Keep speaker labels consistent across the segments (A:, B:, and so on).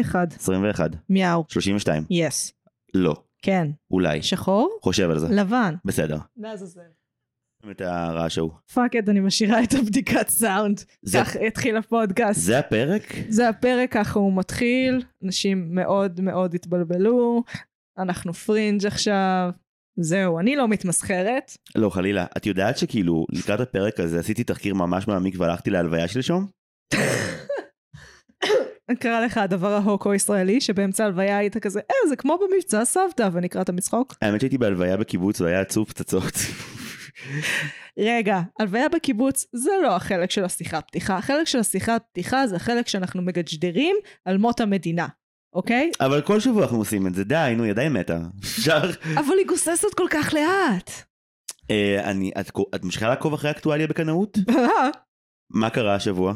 A: אחד.
B: 21.
A: מיהו.
B: 32.
A: יס.
B: לא.
A: כן.
B: אולי.
A: שחור?
B: חושב על זה.
A: לבן.
B: בסדר.
A: לעזאזל.
B: את הרעש ההוא.
A: פאק את, אני משאירה את הבדיקת סאונד.
B: זה-
A: כך התחיל הפודקאסט.
B: זה הפרק?
A: זה הפרק, ככה הוא מתחיל, אנשים מאוד מאוד התבלבלו, אנחנו פרינג' עכשיו, זהו, אני לא מתמסחרת.
B: לא, חלילה. את יודעת שכאילו, לקראת הפרק הזה עשיתי תחקיר ממש מעמיק והלכתי להלוויה שלשום?
A: קרה לך הדבר ההוקו-ישראלי, שבאמצע הלוויה היית כזה, אה, זה כמו במבצע סבתא, ונקראת מצחוק.
B: האמת שהייתי בהלוויה בקיבוץ והיה עצוב פצצות.
A: רגע, הלוויה בקיבוץ זה לא החלק של השיחה פתיחה. החלק של השיחה פתיחה זה החלק שאנחנו מגג'דרים על מות המדינה, אוקיי?
B: אבל כל שבוע אנחנו עושים את זה, די, נו, ידיי מתה. אפשר?
A: אבל היא גוססת כל כך לאט.
B: אה, אני, את, את ממשיכה לעקוב אחרי אקטואליה בקנאות? מה קרה השבוע?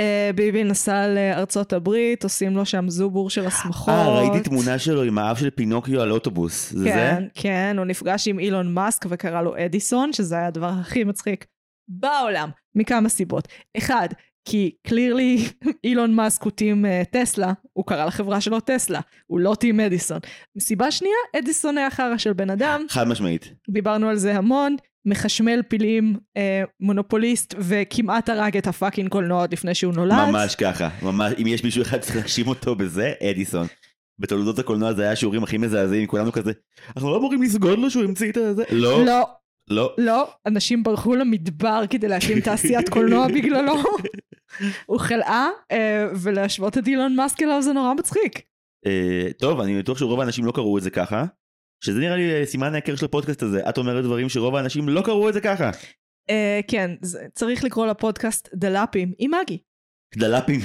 A: אה, ביבי נסע לארצות הברית, עושים לו שם זובור של הסמכות.
B: אה, ראיתי תמונה שלו עם האף של פינוקיו על אוטובוס. זה
A: כן,
B: זה?
A: כן, הוא נפגש עם אילון מאסק וקרא לו אדיסון, שזה היה הדבר הכי מצחיק בעולם, מכמה סיבות. אחד, כי קלירלי אילון מאסק הוא טים אה, טסלה, הוא קרא לחברה שלו טסלה, הוא לא טים אדיסון. מסיבה שנייה, אדיסון היה חרא של בן אדם,
B: חד משמעית.
A: דיברנו על זה המון, מחשמל פילים, אה, מונופוליסט, וכמעט הרג את הפאקינג קולנוע עוד לפני שהוא נולד.
B: ממש ככה. ממש, אם יש מישהו אחד צריך להאשים אותו בזה, אדיסון. בתולדות הקולנוע זה היה השיעורים הכי מזעזעים, כולנו כזה, אנחנו לא אמורים לסגוד לו שהוא המציא את זה? לא,
A: לא,
B: לא.
A: לא, אנשים ברחו למדבר כדי להקים תעשיית קולנוע בגללו. הוא חלאה, אה, ולהשוות את אילון מאסק אליו זה נורא מצחיק.
B: אה, טוב, אני בטוח שרוב האנשים לא קראו את זה ככה, שזה נראה לי אה, סימן ההיכר של הפודקאסט הזה. את אומרת דברים שרוב האנשים לא קראו את זה ככה.
A: אה, כן, זה- צריך לקרוא לפודקאסט דלאפים עם מגי.
B: דלפים.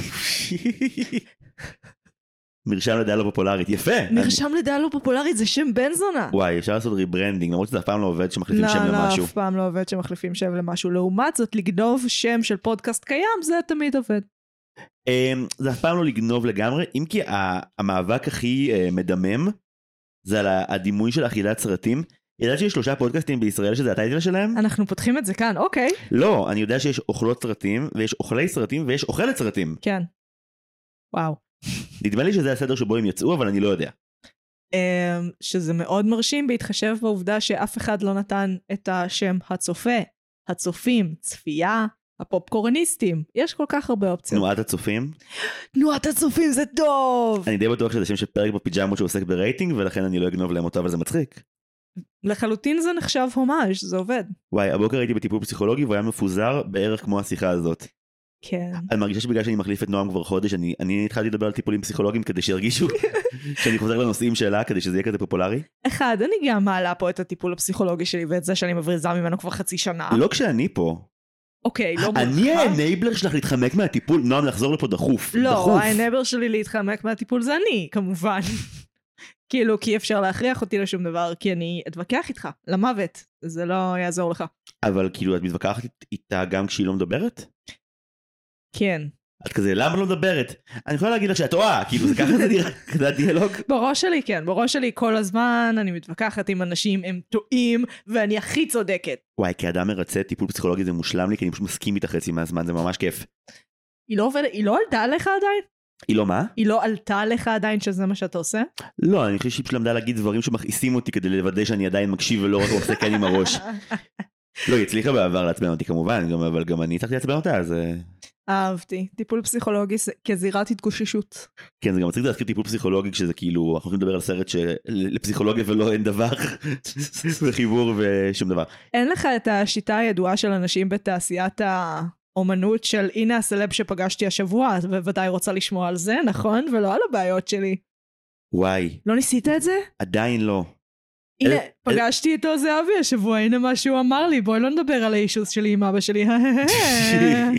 B: מרשם לדעה לא פופולרית, יפה. אני-
A: מרשם לדעה לא פופולרית זה שם בן זונה.
B: וואי, אפשר לעשות ריברנדינג, למרות שזה אף פעם לא עובד שמחליפים שם
A: לא, לא,
B: למשהו.
A: אף פעם לא עובד שמחליפים שם למשהו. לעומת זאת, לגנוב שם של פודקאסט קיים, זה תמיד עובד.
B: אמ, זה אף פעם לא לגנוב לגמרי, אם כי ה- המאבק הכי אה, מדמם זה על ה- הדימוי של אכילת סרטים. ידעת שיש שלושה פודקאסטים בישראל שזה הטייטל שלהם?
A: אנחנו פותחים את זה כאן, אוקיי.
B: לא, אני יודע שיש אוכלות סרטים, ויש אוכלי סרטים, ויש אוכלת סרטים.
A: כן. וואו.
B: נדמה לי שזה הסדר שבו הם יצאו, אבל אני לא יודע.
A: אמ, שזה מאוד מרשים בהתחשב בעובדה שאף אחד לא נתן את השם הצופה, הצופים, צפייה, הפופקורניסטים. יש כל כך הרבה אופציות.
B: תנועת הצופים,
A: תנועת הצופים זה טוב!
B: אני די בטוח שזה שם של פרק בפיג'מות שעוסק ברייטינג, ולכן אני לא אגנוב להם אותו, אבל זה מצחיק.
A: לחלוטין זה נחשב הומאז', זה עובד.
B: וואי, הבוקר הייתי בטיפול פסיכולוגי והוא היה מפוזר בערך כמו השיחה הזאת.
A: כן.
B: אני מרגישה שבגלל שאני מחליף את נועם כבר חודש, אני, אני התחלתי לדבר על טיפולים פסיכולוגיים כדי שירגישו שאני חוזר לנושאים שלה, כדי שזה יהיה כזה פופולרי.
A: אחד, אני גם מעלה פה את הטיפול הפסיכולוגי שלי ואת זה שאני מבריזה ממנו כבר חצי שנה.
B: לא כשאני פה.
A: אוקיי, אה. לא מולך.
B: אני האנבלר שלך להתחמק מהטיפול, נועם לחזור לפה דחוף.
A: לא,
B: דחוף.
A: האנבר שלי להתחמק מהטיפול זה אני, כמובן. כאילו, כי אי אפשר להכריח אותי לשום דבר, כי אני אתווכח איתך, למוות. זה לא יעזור לך.
B: אבל כאילו את מתווכחת איתה גם כשהיא לא מדברת?
A: כן.
B: את כזה, למה לא מדברת? אני יכולה להגיד לך שאת טועה, כאילו זה ככה זה נראה, זה הדיאלוג.
A: בראש שלי, כן. בראש שלי כל הזמן אני מתווכחת עם אנשים, הם טועים, ואני הכי צודקת.
B: וואי, כאדם מרצה, טיפול פסיכולוגי זה מושלם לי, כי אני פשוט מסכים איתך חצי מהזמן, זה ממש כיף.
A: היא לא עובדת, היא לא עלתה עליך עדיין?
B: היא לא מה?
A: היא לא עלתה עליך עדיין שזה מה שאתה עושה?
B: לא, אני חושב שהיא פשוט למדה להגיד דברים שמכעיסים אותי כדי לוודא שאני עדיין מקשיב ולא רק עושה כן עם הראש. לא, היא הצליחה בעבר לעצבן אותי כמובן, גם, אבל גם אני הצלחתי לעצבן אותה, אז... אה,
A: אהבתי. טיפול פסיכולוגי זה- כזירת התגוששות.
B: כן, זה גם מצחיק להזכיר טיפול פסיכולוגי, כשזה כאילו, אנחנו הולכים לדבר על סרט שלפסיכולוגיה ולא אין דבר, זה חיבור ושום דבר.
A: אין לך את השיטה הידועה של אנשים בתעשיית האומנות של הנה הסלב שפגשתי השבוע, את בוודאי רוצה לשמוע על זה, נכון? ולא על הבעיות שלי.
B: וואי,
A: לא ניסית את זה?
B: עדיין לא.
A: הנה,
B: אל-
A: פגשתי את עוז זהבי השבוע, הנה מה שהוא אמר לי, בואי לא נדבר על האישוס שלי עם אבא שלי. אה.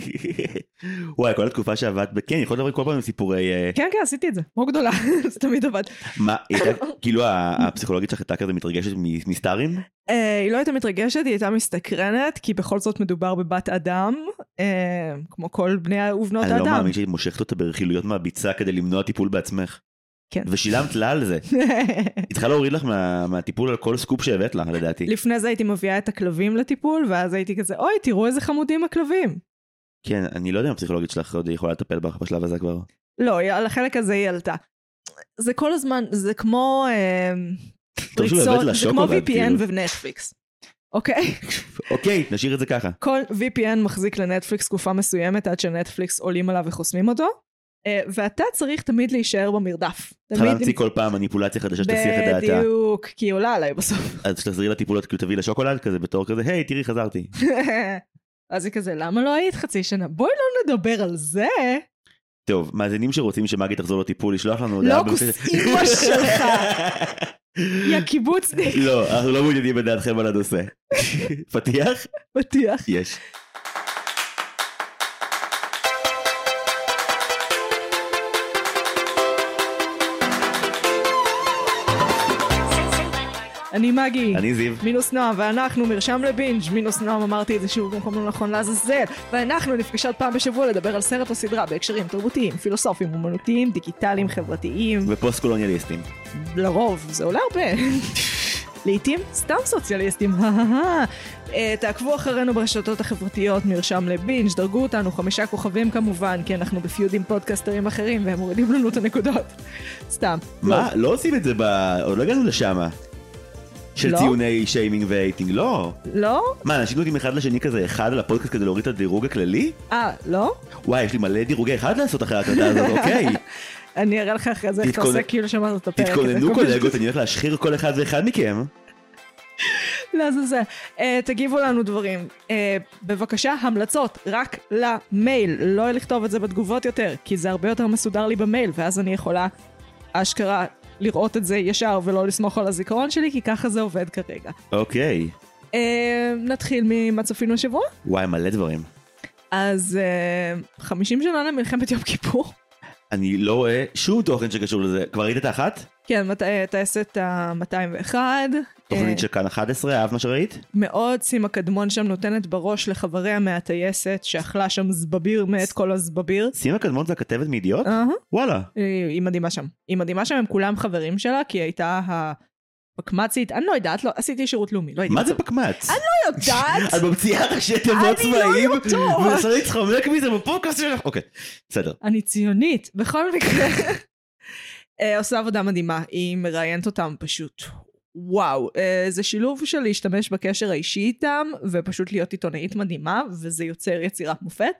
B: וואי, כל התקופה שעבדת, ב- כן, יכולת לדבר כל פעם עם סיפורי... אה,
A: כן, כן, עשיתי את זה, כמו גדולה, זה תמיד עבד.
B: מה, היא הייתה- כאילו ה- הפסיכולוגית שלך הייתה כזה מתרגשת מ- מסטארים?
A: אה, היא לא הייתה מתרגשת, היא הייתה מסתקרנת, כי בכל זאת מדובר בבת אדם, אה, כמו כל בני ובנות
B: אני לא
A: האדם.
B: מאמין שהיית מושכת אותה ברכילויות מהביצה כדי למנוע טיפול בעצמך.
A: כן.
B: ושילמת לה על זה. היא צריכה להוריד לך מה- מהטיפול על כל סקופ שהבאת לה, לדעתי.
A: לפני זה הייתי מביאה את הכלבים לטיפול, ואז הייתי כזה, אוי, תראו איזה חמודים הכלבים.
B: כן, אני לא יודע אם הפסיכולוגית שלך עוד יכולה לטפל בך בשלב הזה כבר.
A: לא, היא- על החלק הזה היא עלתה. זה כל הזמן, זה כמו אה,
B: טוב שהוא הבאת לה
A: זה כמו
B: שוקולד,
A: VPN
B: כאילו.
A: ונטפליקס. אוקיי?
B: אוקיי, נשאיר את זה ככה.
A: כל VPN מחזיק לנטפליקס תקופה מסוימת עד שנטפליקס עולים עליו וחוסמים אותו, אה, ואתה צריך תמיד להישאר במרדף.
B: צריכה
A: תמיד-
B: להמציא כל פעם מניפולציה חדשה שתסיח את דעתה.
A: בדיוק, כי היא עולה עליי בסוף.
B: אז כשתחזרי לטיפולות, כאילו תביאי לה שוקולד כזה בתור כזה, היי, תראי, חזרתי.
A: אז היא כזה, למה לא היית חצי שנה? בואי לא נדבר על זה.
B: טוב, מאזינים שרוצים שמגי תחזור לטיפול, לשלוח לנו
A: לא,
B: הודעה
A: כוס
B: במקרה-
A: אימא שלך. יא קיבוצניק.
B: לא, אנחנו לא מעוניינים בדעתכם על הנושא. פתיח?
A: פתיח.
B: יש.
A: אני מגי.
B: אני זיו.
A: מינוס נועם, ואנחנו מרשם לבינג', מינוס נועם אמרתי את זה שוב במקום לא נכון לעזאזל, ואנחנו נפגשות פעם בשבוע לדבר על סרט או סדרה בהקשרים תרבותיים, פילוסופיים, אומנותיים, דיגיטליים, חברתיים,
B: ופוסט קולוניאליסטים.
A: לרוב, זה עולה הרבה. לעתים סתם סוציאליסטים, אה, תעקבו אחרינו ברשתות החברתיות, מרשם לבינג', דרגו אותנו, חמישה כוכבים כמובן, כי אנחנו בפיוד עם פודקאסטרים אחרים והם מורידים לנו את הנקודות. סתם.
B: מה? לא עושים את זה ב... עוד לא הגענו לשמה. של
A: לא?
B: ציוני שיימינג ואייטינג, לא.
A: לא?
B: מה, אנשים נותנים אחד לשני כזה אחד על הפודקאסט כדי להוריד את הדירוג הכללי?
A: אה, לא?
B: וואי, יש לי מלא דירוגי אחד לעשות אחרי ההקלטה הזאת, אוקיי.
A: אה, אני אראה לך אחרי זה איך אתה
B: תתכונן-
A: עושה כאילו שמעת את הפרק.
B: תתכוננו
A: הזה.
B: קולגות, אני הולך להשחיר כל אחד ואחד מכם.
A: לעזאזל. אה, תגיבו לנו דברים. אה, בבקשה, המלצות, רק למייל. לא לכתוב את זה בתגובות יותר, כי זה הרבה יותר מסודר לי במייל, ואז אני יכולה אשכרה לראות את זה ישר ולא לסמוך על הזיכרון שלי, כי ככה זה עובד כרגע.
B: אוקיי.
A: אה, נתחיל ממה צפינו השבוע.
B: וואי, מלא דברים.
A: אז אה, 50 שנה למלחמת יום כיפור.
B: אני לא רואה שום תוכן שקשור לזה. כבר ראית את האחת?
A: כן, מת- אה, טייסת ה-201. אה.
B: תוכנית של כאן 11, אהבת מה שראית?
A: מאוד סימה קדמון שם נותנת בראש לחבריה מהטייסת שאכלה שם זבביר מת כל הזבביר.
B: סימה קדמון זה הכתבת מידיעות?
A: אהה.
B: וואלה.
A: היא היא מדהימה שם. היא מדהימה שם, הם כולם חברים שלה, כי היא הייתה הפקמצית, אני לא יודעת, לא, עשיתי שירות לאומי, לא הייתי
B: מה זה
A: בצבא.
B: פקמץ?
A: לא יודעת?
B: את ממציאה רק שתי תיבות
A: אני לא
B: צבאיים,
A: יודעת.
B: ומנסה להתחמק מזה בפודקאסט שלך. אוקיי, בסדר.
A: אני ציונית, בכל מקרה. אה, עושה עבודה מדהימה, היא מראיינת אותם פשוט. וואו, אה, זה שילוב של להשתמש בקשר האישי איתם, ופשוט להיות עיתונאית מדהימה, וזה יוצר יצירת מופת.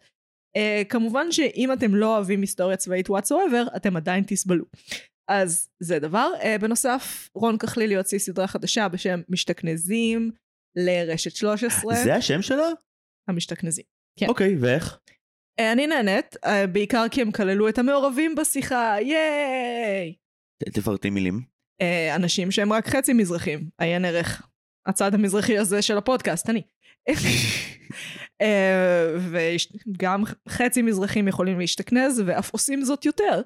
A: אה, כמובן שאם אתם לא אוהבים היסטוריה צבאית whatsoever, אתם עדיין תסבלו. אז זה דבר. אה, בנוסף, רון כחלילי הוציא סדרה חדשה בשם משתכנזים לרשת 13.
B: זה השם שלה?
A: המשתכנזים. כן.
B: אוקיי, ואיך?
A: אה, אני נהנית, אה, בעיקר כי הם כללו את המעורבים בשיחה, ייי!
B: ת- תפרטי מילים.
A: אה, אנשים שהם רק חצי מזרחים, עיין ערך. הצד המזרחי הזה של הפודקאסט, אני. אה, וגם חצי מזרחים יכולים להשתכנז, ואף עושים זאת יותר.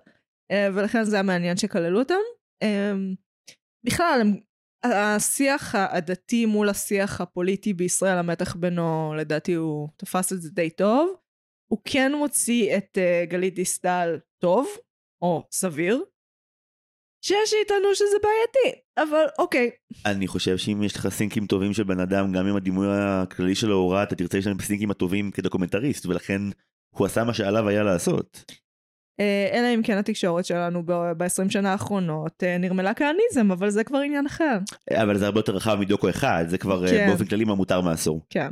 A: אה, ולכן זה היה מעניין שכללו אותם. אה, בכלל, הם- השיח העדתי מול השיח הפוליטי בישראל, המתח בינו, לדעתי הוא תפס את זה די טוב. הוא כן מוציא את אה, גלית דיסטל טוב, או סביר, שיש שיטענו שזה בעייתי, אבל אוקיי.
B: אני חושב שאם יש לך סינקים טובים של בן אדם, גם אם הדימוי הכללי שלו הוא רע, אתה תרצה להשתמש בסינקים הטובים כדוקומנטריסט, ולכן הוא עשה מה שעליו היה לעשות.
A: אה, אלא אם כן התקשורת שלנו ב-20 שנה האחרונות אה, נרמלה כהניזם, אבל זה כבר עניין אחר.
B: אבל זה הרבה יותר רחב מדוקו אחד, זה כבר אה,
A: כן.
B: באופן כללי מה מותר מה אסור.
A: כן.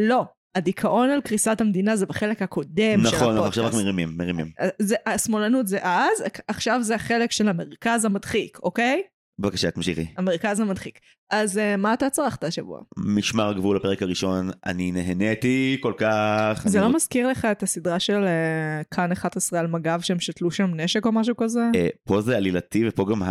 A: לא, הדיכאון על קריסת המדינה זה בחלק הקודם של
B: נכון, אנחנו
A: הפודקאסט.
B: עכשיו רק מרימים, מרימים.
A: אה, זה- השמאלנות זה אז, עכשיו זה החלק של המרכז המדחיק, אוקיי?
B: בבקשה, תמשיכי.
A: המרכז המדחיק. אז אה, מה אתה צרכת השבוע?
B: משמר הגבול הפרק הראשון, אני נהניתי כל כך.
A: זה
B: אני
A: לא
B: רוצ-
A: מזכיר לך את הסדרה של אה, כאן 11 על מג"ב שהם שתלו שם נשק או משהו כזה?
B: אה, פה זה עלילתי ופה גם ה...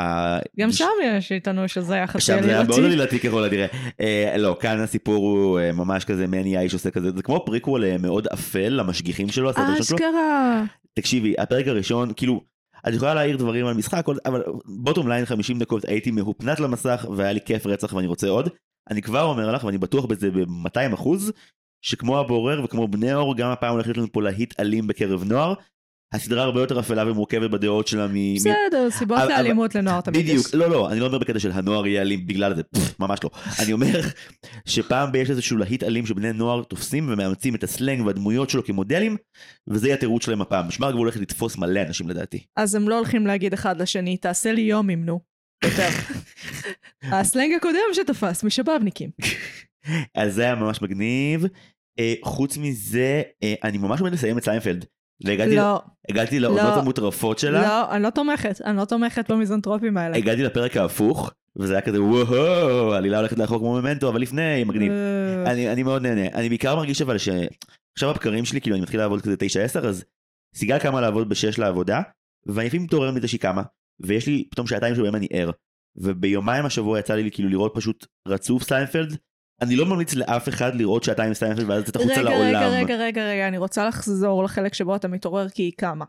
B: ה-
A: גם שם יש איתנו שזה היה חצי
B: שם זה היה לא- מאוד
A: עלילתי.
B: עלילתי ככל הנראה. אה, לא, כאן הסיפור הוא אה, ממש כזה מני האיש עושה כזה, זה כמו פריקוול אה, מאוד אפל למשגיחים שלו, הסרט הראשון שלו.
A: אה, כן. אשכרה.
B: תקשיבי, הפרק הראשון, כאילו, את יכולה להעיר דברים על משחק, עוד- אבל בוטום ליין 50 דקות הייתי מהופנת למסך והיה לי כיף רצח ואני רוצה עוד. אני כבר אומר לך, ואני בטוח בזה ב-200 אחוז, שכמו הבורר וכמו בני אור, גם הפעם הולך להיות לנו פה להיט אלים בקרב נוער. הסדרה הרבה יותר אפלה ומורכבת בדעות שלה מ... מ-
A: בסדר, סיבות
B: אבל-
A: לאלימות לנוער תמיד יש.
B: בדיוק, לא, לא, אני לא אומר בקטע של הנוער יהיה אלים בגלל זה, פפ, ממש לא. אני אומר שפעם ב- יש איזשהו להיט אלים שבני נוער תופסים ומאמצים את הסלנג והדמויות שלו כמודלים, וזה יהיה התירוץ שלהם הפעם. משמר הגבול הולך לתפוס מלא אנשים לדעתי.
A: אז הם לא הולכים להגיד אחד לשני, תעשה לי יומים, נו. יותר. הסלנג הקודם שתפס, משבבניקים.
B: אז זה היה ממש מגניב. אה, חוץ מזה, אה, אני ממש עומד לסיים את סיינפלד. והגעתי
A: לא,
B: הגעתי לעונות
A: לא.
B: המוטרפות שלה,
A: לא, אני לא תומכת, אני לא תומכת במיזנטרופים האלה.
B: הגעתי לפרק ההפוך, וזה היה כזה וואו, העלילה הולכת לאחור כמו ממנטו, אבל לפני, מגניב.
A: אה,
B: אני, אני מאוד נהנה. אני בעיקר מרגיש אבל שעכשיו הבקרים שלי, כאילו אני מתחיל לעבוד כזה 9-10, אז סיגל קמה לעבוד ב-6 לעבודה, ואני לפעמים מתעורר מזה שהיא קמה, ויש לי פתאום שעתיים שבהם אני ער. וביומיים השבוע יצא לי כאילו לראות פשוט רצוף סיינפלד. אני לא ממליץ לאף אחד לראות שעתיים סיינפלד ואז לצאת החוצה
A: רגע,
B: לעולם.
A: רגע, רגע, רגע, רגע, אני רוצה לחזור לחלק שבו אתה מתעורר כי היא קמה.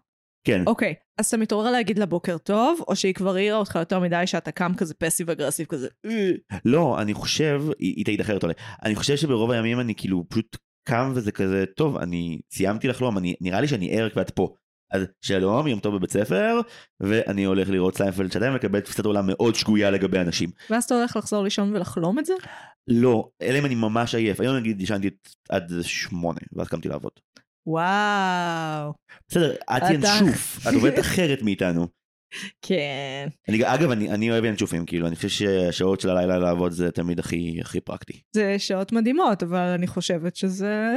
B: כן.
A: אוקיי, אז אתה מתעורר להגיד לה בוקר טוב, או שהיא כבר העירה אותך יותר מדי שאתה קם כזה פסיב אגרסיב כזה. "אה".
B: לא, אני חושב, היא היא תעיד אחרת אולי, אני חושב שברוב הימים אני כאילו פשוט קם וזה כזה, טוב, אני סיימתי לחלום, אני, נראה לי שאני ער ואת פה. אז שלום, יום טוב בבית ספר, ואני הולך לראות סיינפלד שעתיים ולקבל תפיסת עולם מאוד שגויה לגבי אנשים.
A: ואז אתה הולך לחזור לישון ולחלום את זה?
B: לא, אלא אם אני ממש עייף. היום נגיד ישנתי עד שמונה, ואז קמתי לעבוד.
A: וואו.
B: בסדר, את
A: אתה-
B: ינשוף, את עובדת אחרת מאיתנו.
A: כן.
B: אני, אגב, אני, אני אוהב ינשופים, כאילו, אני חושב שהשעות של הלילה לעבוד זה תמיד הכי, הכי פרקטי.
A: זה שעות מדהימות, אבל אני חושבת שזה...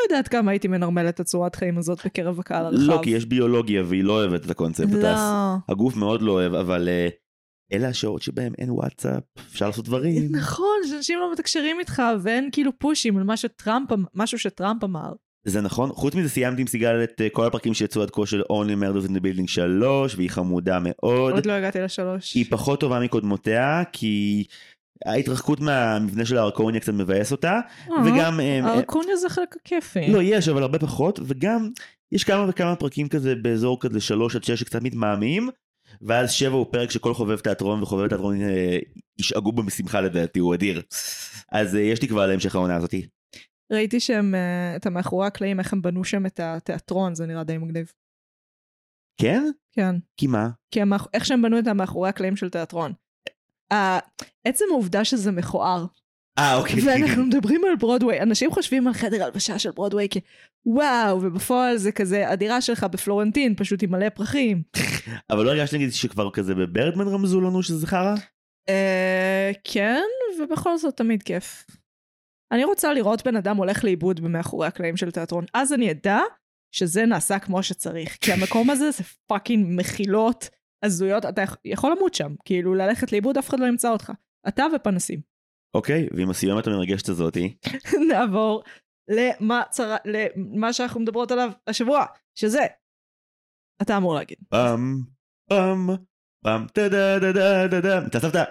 A: לא יודעת כמה הייתי מנרמלת את הצורת חיים הזאת בקרב הקהל הרחב.
B: לא, כי יש ביולוגיה והיא לא אוהבת את הקונספט.
A: לא.
B: אתה- הגוף מאוד לא אוהב, אבל אה, אלה השעות שבהן אין וואטסאפ, אפשר לעשות דברים.
A: נכון, שאנשים לא מתקשרים איתך, ואין כאילו פושים על מה שטראמפ אמ- משהו שטראמפ אמר.
B: זה נכון. חוץ מזה סיימתי עם סיגל את אה, כל הפרקים שיצאו עד כה של Only Murders in the Building 3, והיא חמודה מאוד.
A: עוד לא הגעתי לשלוש.
B: היא פחות טובה מקודמותיה, כי ההתרחקות מהמבנה של הארקוניה קצת מבאס אותה,
A: אה,
B: וגם... אה, אה,
A: הרקוניה זה חלק הכיפי.
B: לא, יש, אבל הרבה פחות, וגם יש כמה וכמה פרקים כזה באזור כזה 3 עד 6 שקצת מתמהמים. ואז שבע הוא פרק שכל חובב תיאטרון וחובב תיאטרון אה, ישאגו בו משמחה לדעתי, הוא אדיר. אז אה, יש תקווה להמשך העונה הזאתי.
A: ראיתי שהם, אה, את המאחורי הקלעים, איך הם בנו שם את התיאטרון, זה נראה די מגניב.
B: כן?
A: כן.
B: כי מה?
A: כי המאח... איך שהם בנו את המאחורי הקלעים של תיאטרון. Uh, עצם העובדה שזה מכוער,
B: אה, אוקיי.
A: ואנחנו מדברים על ברודוויי, אנשים חושבים על חדר הלבשה של ברודוויי כוואו, ובפועל זה כזה, הדירה שלך בפלורנטין פשוט עם מלא פרחים.
B: אבל לא הרגשתי נגיד שכבר כזה בברדמן רמזו לנו שזה חרא?
A: אה, כן, ובכל זאת תמיד כיף. אני רוצה לראות בן אדם הולך לאיבוד במאחורי הקלעים של תיאטרון, אז אני אדע שזה נעשה כמו שצריך, כי המקום הזה זה פאקינג מחילות הזויות, אתה יכ- יכול למות שם, כאילו ללכת לאיבוד אף אחד לא ימצא אותך, אתה ופנסים.
B: אוקיי, ועם הסיומת המרגשת הזאתי,
A: נעבור למה, צר... למה שאנחנו מדברות עליו השבוע, שזה, אתה אמור להגיד,
B: פעם, פעם, פעם, טה דה דה דה דה דה, אתה סבתא.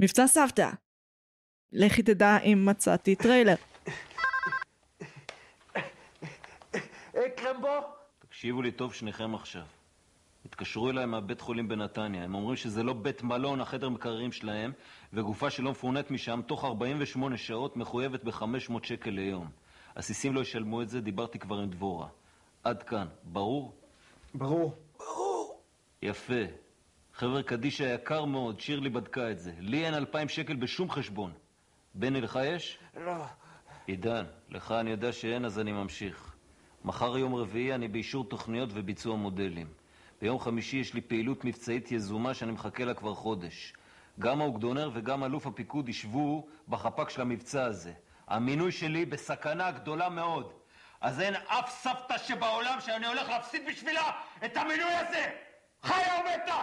A: מבצע סבתא. לכי תדע אם מצאתי טריילר.
C: אקרם בו?
D: תקשיבו לי טוב שניכם עכשיו. התקשרו אליי מהבית חולים בנתניה, הם אומרים שזה לא בית מלון, החדר מקררים שלהם, וגופה שלא מפונית משם, תוך 48 שעות מחויבת ב-500 שקל ליום. הסיסים לא ישלמו את זה, דיברתי כבר עם דבורה. עד כאן, ברור?
C: ברור.
D: יפה. חבר קדישא יקר מאוד, שירלי בדקה את זה. לי אין 2,000 שקל בשום חשבון. בני, לך יש?
C: לא.
D: עידן, לך אני יודע שאין, אז אני ממשיך. מחר יום רביעי אני באישור תוכניות וביצוע מודלים. ביום חמישי יש לי פעילות מבצעית יזומה שאני מחכה לה כבר חודש. גם האוגדונר וגם אלוף הפיקוד ישבו בחפ"ק של המבצע הזה. המינוי שלי בסכנה גדולה מאוד. אז אין אף סבתא שבעולם שאני הולך להפסיד בשבילה את המינוי הזה! חיה או מתה!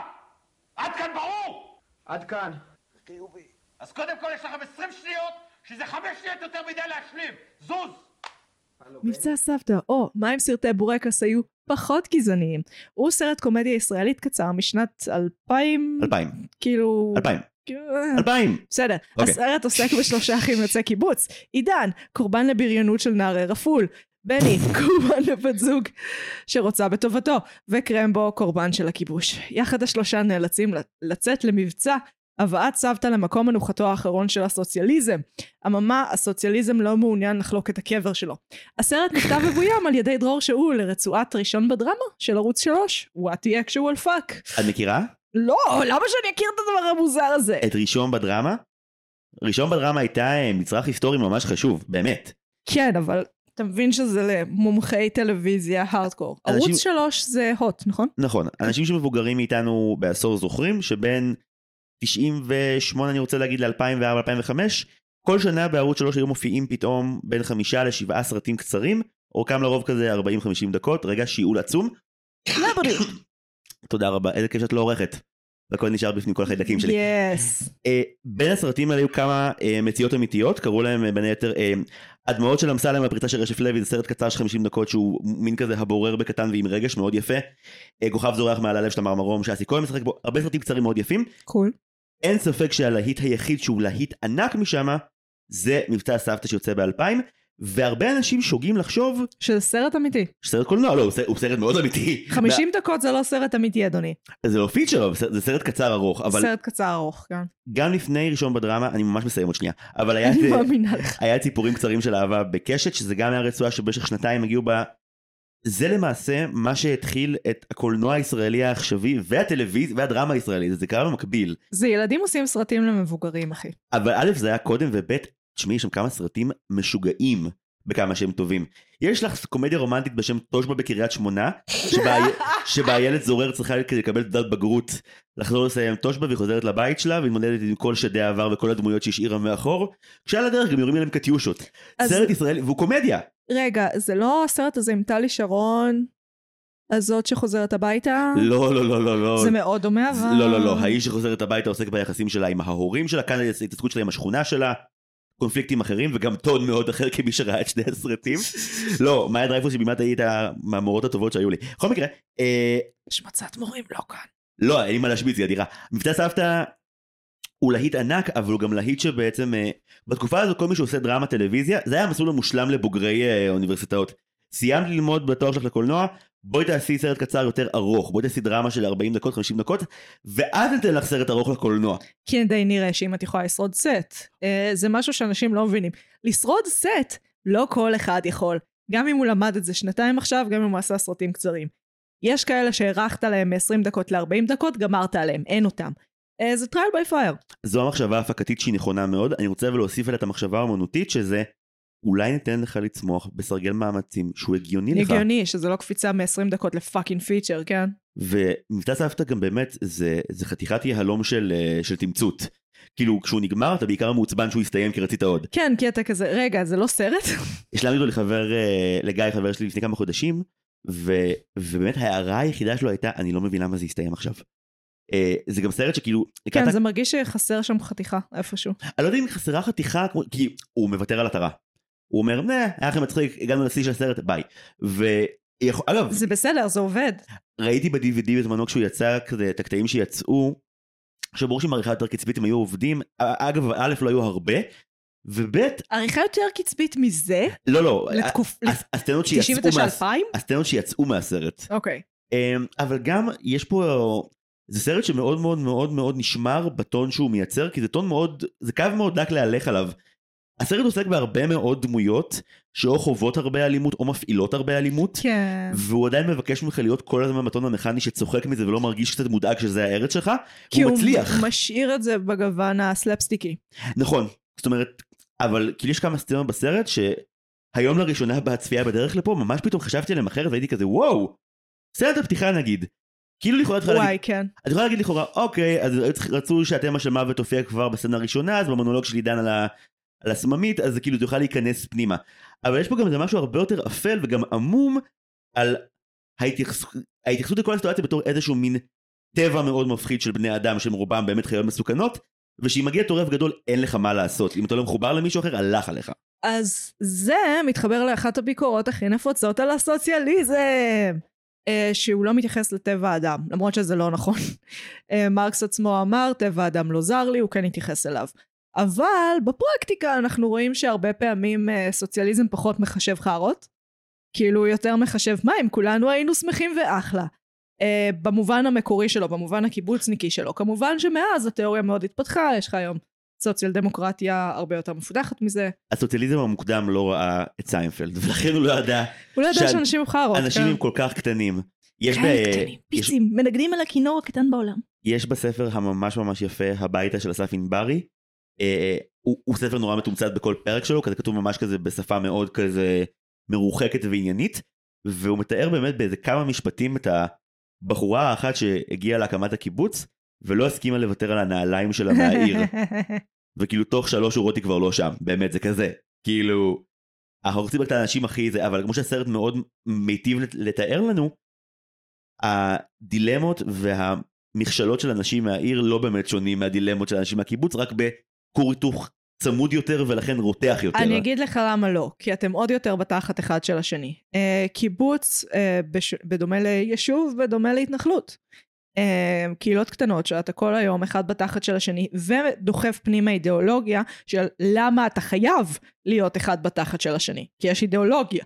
D: עד כאן ברור!
C: עד כאן.
D: אז קודם כל יש לכם 20 שניות, שזה 5 שניות יותר מדי להשלים! זוז!
A: מבצע סבתא, או מה אם סרטי בורקס היו פחות גזעניים? הוא סרט קומדיה ישראלית קצר משנת 2000,
B: אלפיים,
A: כאילו...
B: אלפיים,
A: אה,
B: אלפיים.
A: בסדר,
B: אוקיי.
A: הסרט עוסק בשלושה אחים יוצאי קיבוץ. עידן, קורבן לבריונות של נערי רפול. בני, קורבן לבת זוג שרוצה בטובתו. וקרמבו, קורבן של הכיבוש. יחד השלושה נאלצים ל- לצאת למבצע הבאת סבתא למקום מנוחתו האחרון של הסוציאליזם. אממה, הסוציאליזם לא מעוניין לחלוק את הקבר שלו. הסרט נכתב ובוים על ידי דרור שאול לרצועת ראשון בדרמה של ערוץ 3, What the actual fuck.
B: את מכירה?
A: לא, למה שאני אכיר את הדבר המוזר הזה?
B: את ראשון בדרמה? ראשון בדרמה הייתה אה, מצרך היסטורי ממש חשוב, באמת.
A: כן, אבל אתה מבין שזה למומחי טלוויזיה הארדקור.
B: אנשים-
A: ערוץ 3 זה הוט, נכון?
B: נכון, אנשים שמבוגרים מאיתנו בעשור זוכרים שבין 98 אני רוצה להגיד ל-2004-2005, כל שנה בערוץ 3 היו מופיעים פתאום בין חמישה לשבעה סרטים קצרים, אורכם לרוב כזה 40-50 דקות, רגע שיעול עצום. תודה רבה, איזה כיף שאת לא עורכת. הכל נשאר בפנים כל החיידקים שלי.
A: יס.
B: אה, בין הסרטים האלה היו כמה אה, מציאות אמיתיות, קראו להם אה, בין היתר אה, הדמעות של אמסלם והפריצה של רשף לוי, זה סרט קצר של 50 דקות שהוא מין כזה הבורר בקטן ועם רגש מאוד יפה. אה, כוכב זורח מעל הלב של המרמרום, שאסי כהן משחק בו, הרבה סרטים קצרים מאוד יפים.
A: קול.
B: אין ספק שהלהיט היחיד שהוא להיט ענק משם, זה מבצע סבתא שיוצא ב-2000, והרבה אנשים שוגים לחשוב
A: שזה סרט אמיתי.
B: שסרט קולנוע, לא, הוא סרט- הוא סרט מאוד אמיתי.
A: 50 דקות זה לא סרט אמיתי, אדוני.
B: זה לא פיצ'ר, אבל זה סרט קצר ארוך, אבל
A: סרט קצר ארוך, כן.
B: גם לפני ראשון בדרמה, אני ממש מסיים עוד שנייה, אבל היה... אה,
A: אני
B: זה-
A: מאמינה לך.
B: היה ציפורים קצרים של אהבה בקשת, שזה גם היה רצועה שבמשך שנתיים הגיעו בה. זה למעשה מה שהתחיל את הקולנוע הישראלי העכשווי והטלוויזיה והדרמה הישראלית, זה קרה במקביל.
A: זה ילדים עושים סרטים למבוגרים, אחי.
B: אבל א' זה היה קודם וב' תשמעי יש שם כמה סרטים משוגעים בכמה שהם טובים. יש לך קומדיה רומנטית בשם תושבה בקריית שמונה, שבה, שבה הילד זורר צריכה כדי לקבל תעודת בגרות, לחזור לסיים תושבה והיא חוזרת לבית שלה ומתמודדת עם כל שדי העבר וכל הדמויות שהשאירה מאחור, כשעל הדרך גם יורים עליהם קטיושות.
A: אז-
B: סרט ישראלי, והוא קומדיה.
A: רגע, זה לא הסרט הזה עם טלי שרון, הזאת שחוזרת הביתה?
B: לא, לא, לא, לא, לא.
A: אה? זה מאוד דומה,
B: זה-
A: אבל...
B: לא, לא, לא. האיש שחוזרת הביתה עוסק ביחסים שלה עם ההורים שלה, כאן ההתעסקות שלה עם השכונה שלה, קונפליקטים אחרים, וגם טון מאוד אחר כמי שראה את שני הסרטים. לא, מאיה דרייפוס היא באמת הייתה מהמורות הטובות שהיו לי. בכל מקרה, אה,
A: השמצת מורים לא כאן.
B: לא, אין לי מה להשמיץ, היא אדירה. מבצע סבתא הוא להיט ענק, אבל הוא גם להיט שבעצם, אה, בתקופה הזו כל מי שעושה דרמה טלוויזיה, זה היה המסלול המושלם לבוגרי אה, אוניברסיטאות. סיימת ללמוד בתואר שלך לקולנוע, בואי תעשי סרט קצר יותר ארוך, בואי תעשי דרמה של 40 דקות, 50 דקות, ואז ניתן לך סרט ארוך לקולנוע.
A: כדי נראה שאם את יכולה לשרוד סט. אה, זה משהו שאנשים לא מבינים. לשרוד סט, לא כל אחד יכול. גם אם הוא למד את זה שנתיים עכשיו, גם אם הוא עשה סרטים קצרים. יש כאלה שהארכת להם מ-20 דקות ל-40 דקות, גמרת עליהם, אין אותם. אה, זה טריאל ביי פייר.
B: זו המחשבה ההפקתית שהיא נכונה מאוד, אני רוצה אבל להוסיף עליה את המחשבה האומנותית שזה, אולי ניתן לך לצמוח בסרגל מאמצים שהוא הגיוני לך.
A: הגיוני שזה לא קפיצה מ-20 דקות לפאקינג פיצ'ר, כן?
B: ומבצע סבתא גם באמת זה, זה חתיכת יהלום של, אה, של תמצות. כאילו כשהוא נגמר אתה בעיקר מעוצבן שהוא הסתיים כי רצית עוד.
A: כן, כי אתה כזה, רגע, זה לא סרט?
B: השלמתי אותו לחבר, אה, לגיא חבר שלי לפני כמה חודשים, ו, ובאמת ההערה היחידה שלו הייתה אני לא מבין למה זה הסתיים עכשיו. אה, זה גם סרט שכאילו,
A: כן,
B: הקלטת-
A: זה מרגיש שחסר שם חתיכה איפשהו.
B: אני לא יודע אם חסרה חתיכה, כמו- כי הוא מוותר על עטרה. הוא אומר, נה, היה לכם מצחיק, הגענו לשיא של הסרט, ביי. ואגב,
A: זה בסדר, זה עובד.
B: ראיתי ב-DVD בזמנו כשהוא יצא כזה את הקטעים שיצאו, שברור שעם עריכה יותר קצבית הם היו עובדים, א- אגב א' לא היו הרבה, וב'
A: עריכה יותר קצבית מזה,
B: לא לא,
A: לתקוף...
B: הס- הסצנות שיצאו, מה-
A: 99-2000?
B: הסצנות שיצאו מהסרט,
A: אוקיי.
B: אמ, אבל גם יש פה, זה סרט שמאוד מאוד מאוד מאוד נשמר בטון שהוא מייצר, כי זה טון מאוד, זה קו מאוד דק להלך עליו. הסרט עוסק בהרבה מאוד דמויות שאו חוות הרבה אלימות או מפעילות הרבה אלימות.
A: כן.
B: והוא עדיין מבקש ממך להיות כל הזמן בטון המכני שצוחק מזה ולא מרגיש קצת מודאג שזה הארץ שלך, והוא מצליח.
A: כי הוא משאיר את זה בגוון הסלפסטיקי.
B: נכון, זאת אומרת, אבל כאילו יש כמה סצנות בסרט שהיום לראשונה בצפייה בדרך לפה, ממש פתאום חשבתי עליהם אחרת והייתי כזה וואו, סרט הפתיחה נגיד. כאילו לכאורה את יכולה להגיד,
A: וואי, כן.
B: את יכולה להגיד לכאורה, אוקיי, אז היו צריכים- רצו שהתמה של מוות תופיע כבר בסצנה הראשונה, אז במונולוג של עידן על ה... על הסממית, אז זה כאילו זה יוכל להיכנס פנימה. אבל יש פה גם איזה משהו הרבה יותר אפל וגם עמום על ההתייחס... ההתייחסות לכל הסיטואציה בתור איזשהו מין טבע מאוד מפחיד של בני אדם, שהם רובם באמת חיות מסוכנות, ושאם מגיע טורף גדול אין לך מה לעשות. אם אתה לא מחובר למישהו אחר, הלך עליך.
A: אז זה מתחבר לאחת הביקורות הכי נפוצות על הסוציאליזם. אה, שהוא לא מתייחס לטבע האדם, למרות שזה לא נכון. אה, מרקס עצמו אמר, טבע האדם לא זר לי, הוא כן התייחס אליו. אבל בפרקטיקה אנחנו רואים שהרבה פעמים אה, סוציאליזם פחות מחשב חארות. כאילו הוא יותר מחשב מים, כולנו היינו שמחים ואחלה. אה, במובן המקורי שלו, במובן הקיבוצניקי שלו. כמובן שמאז התיאוריה מאוד התפתחה, יש לך היום סוציאל דמוקרטיה הרבה יותר מפותחת מזה.
B: הסוציאליזם המוקדם לא ראה את סיינפלד, ולכן הוא לא ידע
A: הוא לא
B: שאנ-
A: ידע שאנשים עם חארות.
B: אנשים
A: כן.
B: הם כל כך קטנים. יש, ב...
A: כאלה קטנים,
B: יש...
A: פיצים, מנגנים על הכינור הקטן בעולם.
B: יש בספר הממש ממש יפה, הביתה של אסף ענברי. אה, הוא, הוא ספר נורא מתומצת בכל פרק שלו, כזה כתוב ממש כזה בשפה מאוד כזה מרוחקת ועניינית, והוא מתאר באמת באיזה כמה משפטים את הבחורה האחת שהגיעה להקמת הקיבוץ, ולא הסכימה לוותר על הנעליים שלה מהעיר. וכאילו תוך שלוש שורות היא כבר לא שם, באמת זה כזה, כאילו, אנחנו רוצים רק את האנשים הכי זה, אבל כמו שהסרט מאוד מיטיב לת- לתאר לנו, הדילמות והמכשלות של אנשים מהעיר לא באמת שונים מהדילמות של אנשים מהקיבוץ, רק בכור היתוך צמוד יותר ולכן רותח יותר.
A: אני אגיד לך למה לא, כי אתם עוד יותר בתחת אחד של השני. אה, קיבוץ, אה, בש... בדומה ליישוב, בדומה להתנחלות. אה, קהילות קטנות שאתה כל היום אחד בתחת של השני, ודוחף פנימה אידיאולוגיה של למה אתה חייב להיות אחד בתחת של השני, כי יש אידיאולוגיה.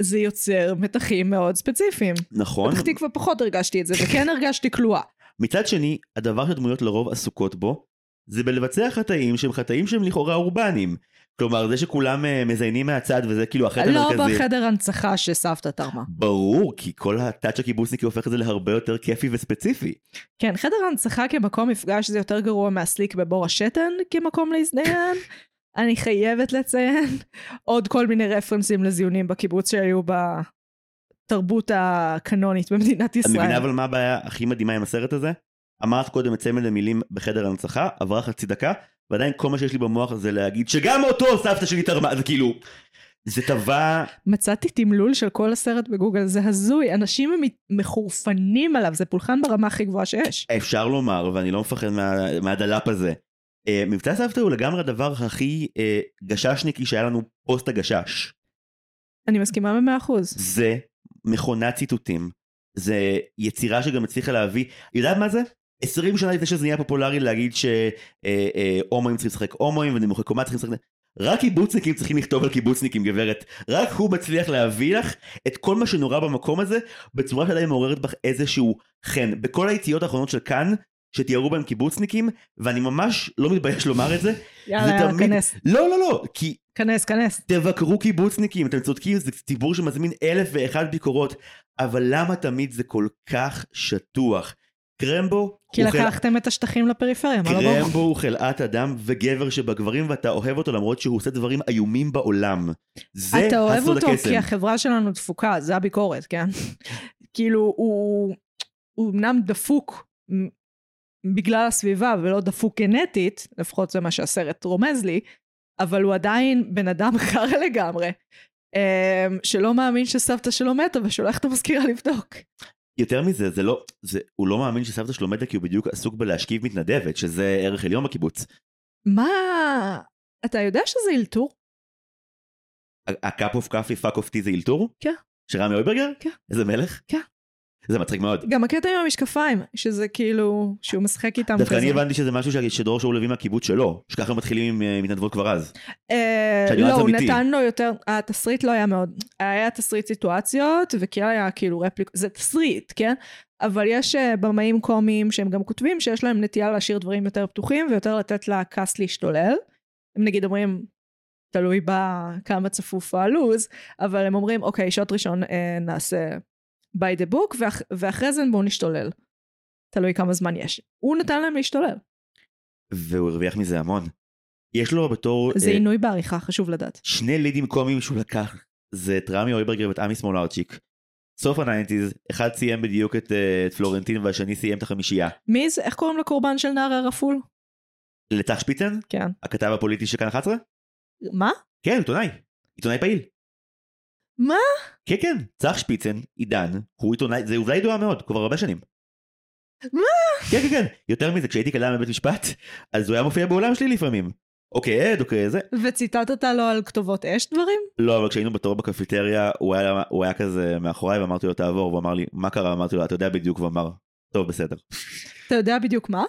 A: זה יוצר מתחים מאוד ספציפיים.
B: נכון.
A: פתח תקווה פחות הרגשתי את זה, וכן הרגשתי כלואה.
B: מצד שני, הדבר שהדמויות לרוב עסוקות בו, זה בלבצע חטאים שהם חטאים שהם לכאורה אורבניים. כלומר, זה שכולם אה, מזיינים מהצד וזה כאילו החטא
A: לא
B: המרכזי.
A: בחדר הנצחה שסבתא תרמה.
B: ברור, כי כל הטאצ' הקיבוצניקי הופך את זה להרבה יותר כיפי וספציפי.
A: כן, חדר ההנצחה כמקום מפגש זה יותר גרוע מהסליק בבור השתן כמקום להזדיין. אני חייבת לציין עוד כל מיני רפרנסים לזיונים בקיבוץ שהיו בתרבות הקנונית במדינת
B: את
A: ישראל.
B: מבינה אבל מה הבעיה הכי מדהימה עם הסרט הזה? אמרת קודם את צמד המילים בחדר הנצחה, עברה חצי דקה, ועדיין כל מה שיש לי במוח זה להגיד שגם אותו סבתא שלי תרמה, זה כאילו... זה טבע,
A: מצאתי תמלול של כל הסרט בגוגל, זה הזוי, אנשים הם מחורפנים עליו, זה פולחן ברמה הכי גבוהה שיש.
B: אפשר לומר, ואני לא מפחד מה, מהדלאפ הזה. אה, מבצע סבתא הוא לגמרי הדבר הכי אה, גששניקי שהיה לנו פוסט הגשש.
A: אני מסכימה במאה אחוז.
B: זה מכונת ציטוטים. זה יצירה שגם הצליחה להביא, יודעת מה זה? 20 שנה לפני שזה נהיה פופולרי להגיד שהומואים צריכים לשחק הומואים ונמוכי קומה צריכים לשחק... רק קיבוצניקים צריכים לכתוב על קיבוצניקים גברת. רק הוא מצליח להביא לך את כל מה שנורא במקום הזה בצורה שעדיין מעוררת בך איזשהו חן. בכל היציאות האחרונות של כאן שתיארו בהם קיבוצניקים ואני ממש לא מתבייש לומר את זה.
A: יאללה, יאללה,
B: תמיד-
A: כנס,
B: לא לא לא כי
A: כנס, כנס.
B: תבקרו קיבוצניקים, אתם צודקים, זה ציבור שמזמין אלף ואחד ביקורות, אבל למה תמיד זה כל כך שטוח? קרמבו
A: כי
B: הוא, חל...
A: לקחתם את השטחים לפריפריה, מה לא ברור?
B: קרמבו הוא חלאת אדם וגבר שבגברים ואתה אוהב אותו למרות שהוא עושה דברים איומים בעולם. זה
A: אתה אוהב
B: הסוד
A: אותו
B: הקסם.
A: כי החברה שלנו דפוקה, זה הביקורת, כן? כאילו, הוא הוא אמנם דפוק מ- בגלל הסביבה ולא דפוק גנטית, לפחות זה מה שהסרט רומז לי, אבל הוא עדיין בן אדם חרא לגמרי, אמ, שלא מאמין שסבתא שלו מתה ושולח את המזכירה לבדוק.
B: יותר מזה, זה לא, זה, הוא לא מאמין שסבתא שלו מתה כי הוא בדיוק עסוק בלהשכיב מתנדבת, שזה ערך עליון בקיבוץ.
A: מה... אתה יודע שזה אלתור?
B: הקאפ אוף קאפי פאק אוף טי זה אילתור?
A: כן.
B: של רמי אויברגר?
A: כן.
B: איזה מלך?
A: כן.
B: זה מצחיק מאוד.
A: גם הקטע עם המשקפיים, שזה כאילו, שהוא משחק איתם
B: דווקא אני
A: כזה.
B: הבנתי שזה משהו ש- שדרור שאול לוי מהקיבוץ שלו, שככה מתחילים עם אה, מתנדבות כבר אז.
A: אה,
B: שהיועץ
A: לא, הוא
B: אמיתי.
A: נתן לו יותר, התסריט לא היה מאוד, היה תסריט סיטואציות, וכאילו היה כאילו רפליק, זה תסריט, כן? אבל יש אה, במאים קומיים שהם גם כותבים שיש להם נטייה להשאיר דברים יותר פתוחים ויותר לתת לכעס להשתולל. הם נגיד אומרים, תלוי בכמה צפוף הלו"ז, אבל הם אומרים, אוקיי, שוט ראשון אה, נעשה by the book, ואח, ואחרי זה בואו נשתולל. תלוי כמה זמן יש. הוא נתן להם להשתולל.
B: והוא הרוויח מזה המון. יש לו בתור
A: זה
B: אה,
A: עינוי בעריכה, חשוב לדעת.
B: שני לידים קומיים שהוא לקח, זה את רמי אויברגר ואת עמי סמולרצ'יק. סוף הניינטיז, אחד סיים בדיוק את אה, את פלורנטין והשני סיים את החמישייה.
A: מי זה, איך קוראים לקורבן של נער הרפול?
B: לצח שפיצן,
A: כן.
B: הכתב הפוליטי של כאן 11?
A: מה?
B: כן, עיתונאי. עיתונאי פעיל.
A: מה?
B: כן, כן, צח שפיצן, עידן, הוא עיתונאי, זה עובדה ידועה מאוד, כבר הרבה שנים.
A: מה?
B: כן, כן, כן, יותר מזה, כשהייתי קדם בבית משפט, אז הוא היה מופיע באולם שלי לפעמים. אוקיי, אה, או כעד, או כזה.
A: וציטטת לו על כתובות אש דברים?
B: לא, אבל כשהיינו בתור בקפיטריה, הוא היה, הוא היה כזה מאחוריי, ואמרתי לו, תעבור, והוא אמר לי, מה קרה? אמרתי לו, אתה יודע בדיוק, והוא אמר, טוב, בסדר.
A: אתה יודע בדיוק מה?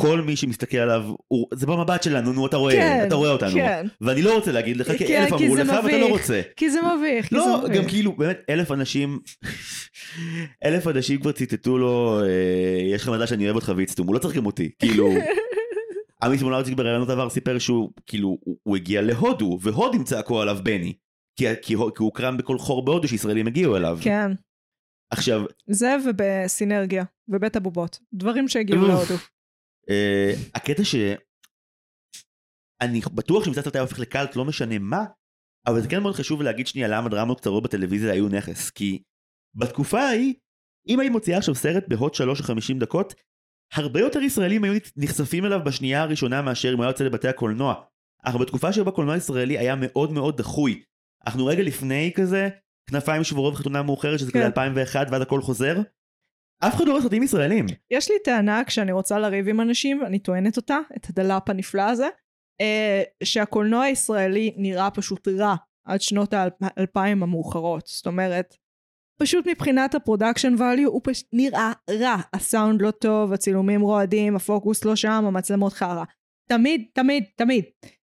B: כל מי שמסתכל עליו, הוא, זה במבט שלנו, נו, אתה רואה,
A: כן,
B: אתה רואה אותנו.
A: כן.
B: ואני לא רוצה להגיד לך, כי
A: כן,
B: אלף
A: כי
B: אמרו
A: זה
B: לך ואתה לא
A: מביך.
B: רוצה.
A: כי זה מביך, כי
B: לא,
A: זה מביך.
B: גם כאילו, באמת, אלף אנשים, אלף אנשים כבר ציטטו לו, אה, יש לך מדע שאני אוהב אותך ואיצטום, הוא לא צריך גם אותי, כאילו. עמית מולרצ'יק בראיונות עבר סיפר שהוא, כאילו, הוא, הוא הגיע להודו, והודים צעקו עליו בני. כי, כי, הוא- כי הוא הוקרן בכל חור בהודו שישראלים הגיעו אליו.
A: כן.
B: עכשיו,
A: זה ובסינרגיה, ובית הבובות. דברים שהגיעו
B: אוף.
A: להודו.
B: אה, הקטע ש... אני בטוח שמצד אותה הופך לקאלט, לא משנה מה, אבל זה כן מאוד חשוב להגיד שנייה למה דרמות קצרות בטלוויזיה היו נכס, כי בתקופה ההיא, אם היית מוציאה עכשיו סרט בהוט 3 או 50 דקות, הרבה יותר ישראלים היו נחשפים אליו בשנייה הראשונה מאשר אם היה יוצא לבתי הקולנוע. אך בתקופה שבה קולנוע ישראלי היה מאוד מאוד דחוי. אנחנו רגע לפני כזה, כנפיים שבורות וחתונה מאוחרת, שזה
A: כן.
B: כזה 2001 ואז הכל חוזר. אף אחד לא רואה סרטים ישראלים.
A: יש לי טענה כשאני רוצה לריב עם אנשים, אני טוענת אותה, את הדלאפ הנפלא הזה, אה, שהקולנוע הישראלי נראה פשוט רע עד שנות האל- האלפיים המאוחרות. זאת אומרת, פשוט מבחינת הפרודקשן value הוא פשוט נראה רע. הסאונד לא טוב, הצילומים רועדים, הפוקוס לא שם, המצלמות חרא. תמיד, תמיד, תמיד.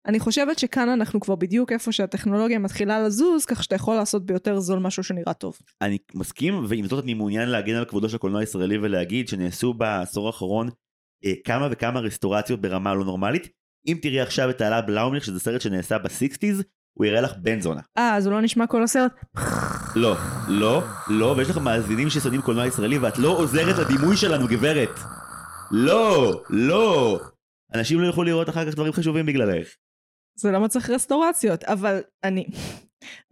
A: אני חושבת שכאן אנחנו כבר בדיוק איפה שהטכנולוגיה מתחילה לזוז, כך שאתה יכול לעשות ביותר זול משהו שנראה טוב.
B: אני מסכים, ועם זאת אני מעוניין להגן על כבודו של הקולנוע הישראלי ולהגיד שנעשו בעשור האחרון אה, כמה וכמה רסטורציות ברמה לא נורמלית. אם תראי עכשיו את תעלה בלאומליך, שזה סרט שנעשה בסיקסטיז, הוא יראה לך בן זונה.
A: אה, אז הוא לא נשמע כל הסרט?
B: לא, לא, לא, ויש לך מאזינים ששונאים קולנוע ישראלי ואת לא עוזרת לדימוי שלנו, גברת. לא, לא. אנשים לא יוכלו לראות אחר כך דברים חשובים בגללך.
A: זה למה צריך רסטורציות, אבל אני...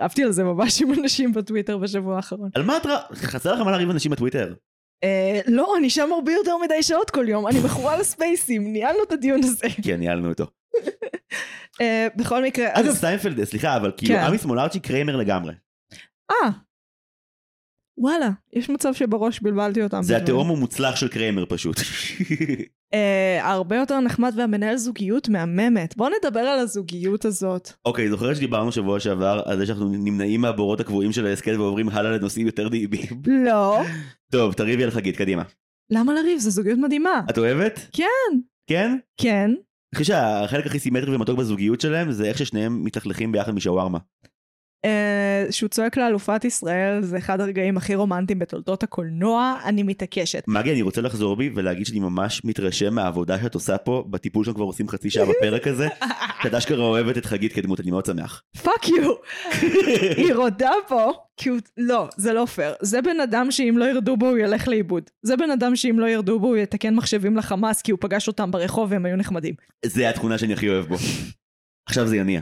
A: רבתי על זה ממש עם אנשים בטוויטר בשבוע האחרון.
B: על מה את ר... חסר לך מה לריב עם אנשים בטוויטר?
A: אה, לא, אני שם הרבה יותר מדי שעות כל יום, אני מכורה לספייסים, ניהלנו את הדיון הזה.
B: כן, ניהלנו אותו.
A: אה, בכל מקרה,
B: אגב,
A: אז...
B: סטיינפלד, סליחה, אבל כאילו,
A: כן.
B: עמי סמולרצ'יק קריימר לגמרי.
A: אה! וואלה, יש מצב שבראש בלבלתי אותם.
B: זה
A: בזמן.
B: התהום המוצלח של קריימר פשוט.
A: אה, הרבה יותר נחמד והמנהל זוגיות מהממת. בואו נדבר על הזוגיות הזאת.
B: אוקיי, זוכרת שדיברנו שבוע שעבר על זה שאנחנו נמנעים מהבורות הקבועים של ההסכת ועוברים הלאה לנושאים יותר נעימים.
A: לא.
B: טוב, תריבי על חגית, קדימה.
A: למה לריב? זו זוגיות מדהימה.
B: את אוהבת?
A: כן.
B: כן?
A: כן.
B: אני חושב שהחלק הכי סימטרי ומתוק בזוגיות שלהם זה איך ששניהם מתלכלכים ביחד משווארמה.
A: אה, שהוא צועק לאלופת ישראל, זה אחד הרגעים הכי רומנטיים בתולדות הקולנוע, אני מתעקשת.
B: מגי, אני רוצה לחזור בי ולהגיד שאני ממש מתרשם מהעבודה שאת עושה פה, בטיפול שאנחנו כבר עושים חצי שעה בפרק הזה, שאת אשכרה אוהבת את חגית כדמות, אני מאוד שמח.
A: פאק יו, היא רודה פה, כי הוא... לא, זה לא פייר. זה בן אדם שאם לא ירדו בו הוא ילך לאיבוד. זה בן אדם שאם לא ירדו בו הוא יתקן מחשבים לחמאס כי הוא פגש אותם ברחוב והם היו נחמדים.
B: זה התכונה שאני הכי אוהב בו. עכשיו זה יניע.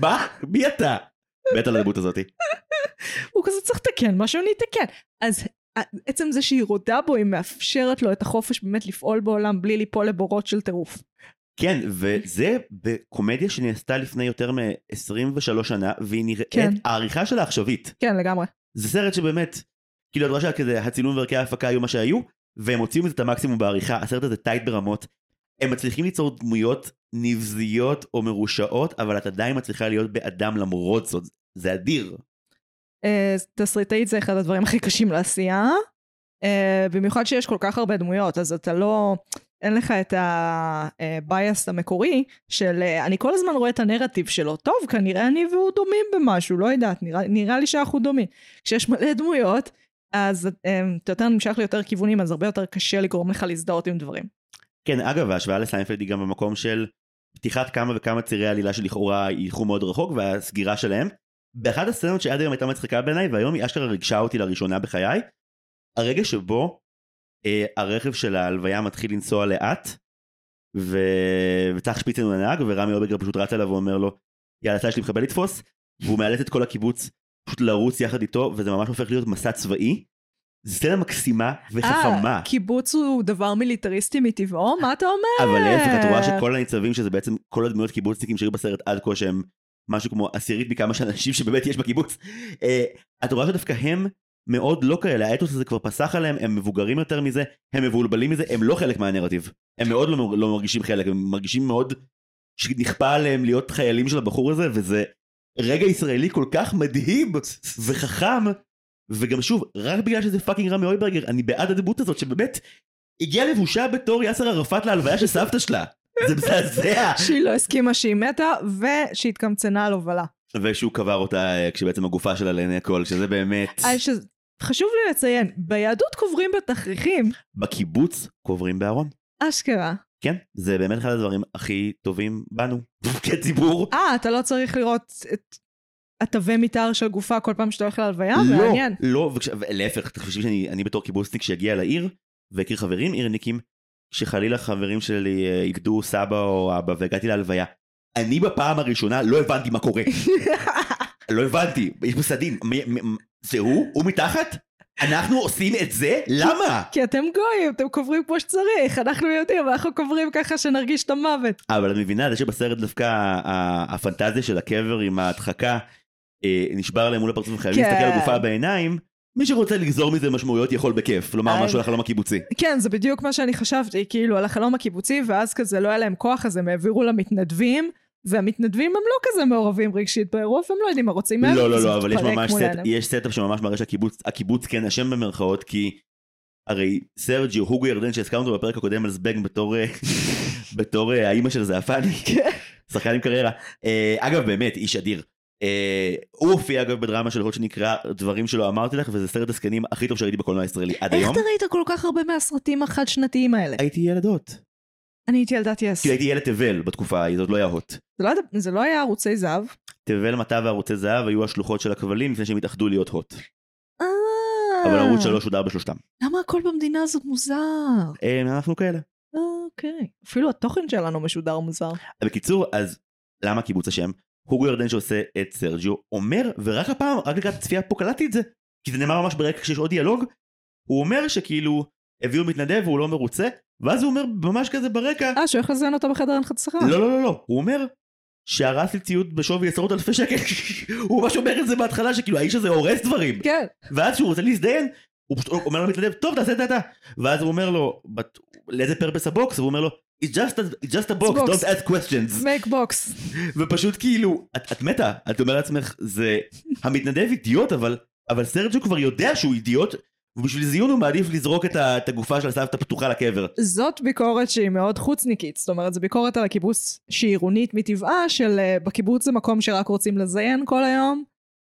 B: מה? מי אתה? מת על הדמות הזאתי.
A: הוא כזה צריך לתקן משהו, אני אתקן. אז אה, עצם זה שהיא רודה בו, היא מאפשרת לו את החופש באמת לפעול בעולם בלי ליפול לבורות של טירוף.
B: כן, וזה בקומדיה שנעשתה לפני יותר מ-23 שנה, והיא נראית,
A: כן.
B: העריכה שלה עכשווית.
A: כן, לגמרי.
B: זה סרט שבאמת, כאילו, הדבר שהיה כזה, הצילום וערכי ההפקה היו מה שהיו, והם הוציאו מזה את המקסימום בעריכה, הסרט הזה טייט ברמות. הם מצליחים ליצור דמויות נבזיות או מרושעות, אבל את עדיין מצליחה להיות באדם למרות זאת. זה אדיר.
A: אה, תסריטאית זה אחד הדברים הכי קשים לעשייה. אה, במיוחד שיש כל כך הרבה דמויות, אז אתה לא... אין לך את הבייס המקורי של אה, אני כל הזמן רואה את הנרטיב שלו. טוב, כנראה אני והוא דומים במשהו, לא יודעת, נראה, נראה לי שאנחנו דומים. כשיש מלא דמויות, אז אה, אתה יותר נמשך ליותר כיוונים, אז הרבה יותר קשה לגרום לך להזדהות עם דברים.
B: כן, אגב, ההשוואה לסיינפלד היא גם במקום של פתיחת כמה וכמה צירי עלילה שלכאורה ילכו מאוד רחוק, והסגירה שלהם. באחת הסצנות שעד היום הייתה מצחיקה בעיניי, והיום היא אשכרה ריגשה אותי לראשונה בחיי, הרגע שבו אה, הרכב של ההלוויה מתחיל לנסוע לאט, ו... וצח שפיצן הוא הנהג, ורמי אובגר פשוט רץ אליו ואומר לו, יאללה, צה"ל שלי מחבל לתפוס, והוא מאלץ את כל הקיבוץ פשוט לרוץ יחד איתו, וזה ממש הופך להיות מסע צבאי. זו סצנה מקסימה וחכמה.
A: אה, קיבוץ הוא דבר מיליטריסטי מטבעו? מה אתה אומר?
B: אבל להפך, את רואה שכל הניצבים, שזה בעצם כל הדמויות קיבוצניקים שהיו בסרט עד כה, שהם משהו כמו עשירית מכמה שאנשים שבאמת יש בקיבוץ, אה, את רואה שדווקא הם מאוד לא כאלה, האתוס הזה כבר פסח עליהם, הם מבוגרים יותר מזה, הם מבולבלים מזה, הם לא חלק מהנרטיב. הם מאוד לא, לא מרגישים חלק, הם מרגישים מאוד שנכפה עליהם להיות חיילים של הבחור הזה, וזה רגע ישראלי כל כך מדהים וחכם. וגם שוב, רק בגלל שזה פאקינג רמי אויברגר, אני בעד הדמות הזאת שבאמת הגיעה לבושה בתור יאסר ערפאת להלוויה של סבתא שלה. זה מזעזע.
A: שהיא לא הסכימה שהיא מתה, ושהתקמצנה על הובלה.
B: ושהוא קבר אותה אה, כשבעצם הגופה שלה לעיני הכל, שזה באמת...
A: אז ש... חשוב לי לציין, ביהדות קוברים בתכריכים,
B: בקיבוץ קוברים בארון.
A: אשכרה.
B: כן, זה באמת אחד הדברים הכי טובים בנו, כציבור.
A: אה, אתה לא צריך לראות את התווי מתאר של גופה כל פעם שאתה הולך להלוויה?
B: לא,
A: מעניין.
B: לא, וכש- להפך, אתם חושבים שאני אני בתור קיבוצניק שהגיע לעיר והכיר חברים עירניקים, כשחלילה חברים שלי אה, איבדו סבא או אבא והגעתי להלוויה. אני בפעם הראשונה לא הבנתי מה קורה. לא הבנתי, יש פה סדין, מ- מ- מ- זה הוא? הוא מתחת? אנחנו עושים את זה? למה?
A: כי אתם גויים, אתם קוברים כמו שצריך, אנחנו יודעים, אנחנו קוברים ככה שנרגיש את המוות.
B: אבל את מבינה, זה שבסרט דווקא ה- ה- הפנטזיה של הקבר עם ההדחקה אה, נשבר להם מול הפרצוף, הם חייבים
A: כן.
B: להסתכל על הגופה בעיניים. מי שרוצה לגזור מזה משמעויות יכול בכיף, לומר
A: אה,
B: משהו על החלום הקיבוצי.
A: כן, זה בדיוק מה שאני חשבתי, כאילו, על החלום הקיבוצי, ואז כזה לא היה להם כוח, אז הם העבירו למתנדבים, והמתנדבים הם לא כזה מעורבים רגשית באירוע, והם לא יודעים מה רוצים מהם.
B: לא, לא,
A: אז
B: לא,
A: זה
B: אבל יש
A: מתפרק
B: ממש
A: מול
B: סט,
A: העיניים.
B: יש סטאפ שממש מראה שהקיבוץ, הקיבוץ כן אשם במרכאות, כי הרי סרג'יו, הוגו ירדן שהזכרנו אותו בפרק הקודם על זבנג בתור, אה, בתור אה, האימא של זעפני,
A: כן.
B: שחקן עם קריירה. אה, אגב, באמת, איש אדיר. אה, הוא הופיע אגב בדרמה של הוד שנקרא דברים שלא אמרתי לך, וזה סרט הזקנים הכי טוב שראיתי בקולנוע הישראלי עד
A: איך
B: היום.
A: אתה ראית כל כך הרבה מהסרטים החד-שנתיים האלה?
B: הייתי ילדות.
A: אני הייתי ילדת יס.
B: כי כאילו, הייתי ילד תבל בתקופה ההיא, זאת לא היה הוט.
A: זה לא היה- זה לא היה ערוצי זהב.
B: תבל, מטה וערוצי זהב היו השלוחות של הכבלים לפני שהם התאחדו להיות הוט.
A: אה,
B: אבל ערוץ שלוש שודר בשלושתם.
A: למה הכל במדינה הזאת מוזר?
B: אה, אנחנו כאלה.
A: אה, אוקיי. אפילו התוכן שלנו משודר מוזר.
B: בקיצור, אז למה קיבוץ השם? הוגו ירדן שעושה את סרג'יו אומר, ורק הפעם, רק לקראת הצפייה פה קלטתי את זה, כי זה נאמר ממש ברקע כשיש עוד דיאלוג, הוא אומר שכאילו הביאו מתנדב והוא לא מרוצה, ואז הוא אומר ממש כזה ברקע,
A: אה, שהוא הולך לזיין אותה בחדר אין לך שכר.
B: לא לא לא לא, הוא אומר שהרס לי ציוד בשווי עשרות אלפי שקל, הוא ממש אומר את זה בהתחלה שכאילו האיש הזה הורס דברים,
A: כן.
B: ואז כשהוא רוצה להזדיין, הוא פשוט אומר למתנדב, טוב תעשה את זה אתה, ואז הוא אומר לו, "But לאיזה פרפס הבוקס, והוא אומר לו, It's just a, it's just a box,
A: box.
B: don't ask questions.
A: סמייק בוקס.
B: ופשוט כאילו, את, את מתה, את אומרת לעצמך, זה המתנדב אידיוט, אבל, אבל סרג'ו כבר יודע שהוא אידיוט, ובשביל זיון הוא מעדיף לזרוק את, ה, את הגופה של הסבתא פתוחה לקבר.
A: זאת ביקורת שהיא מאוד חוצניקית. זאת אומרת, זו ביקורת על הקיבוץ שהיא עירונית מטבעה, של אה, בקיבוץ זה מקום שרק רוצים לזיין כל היום,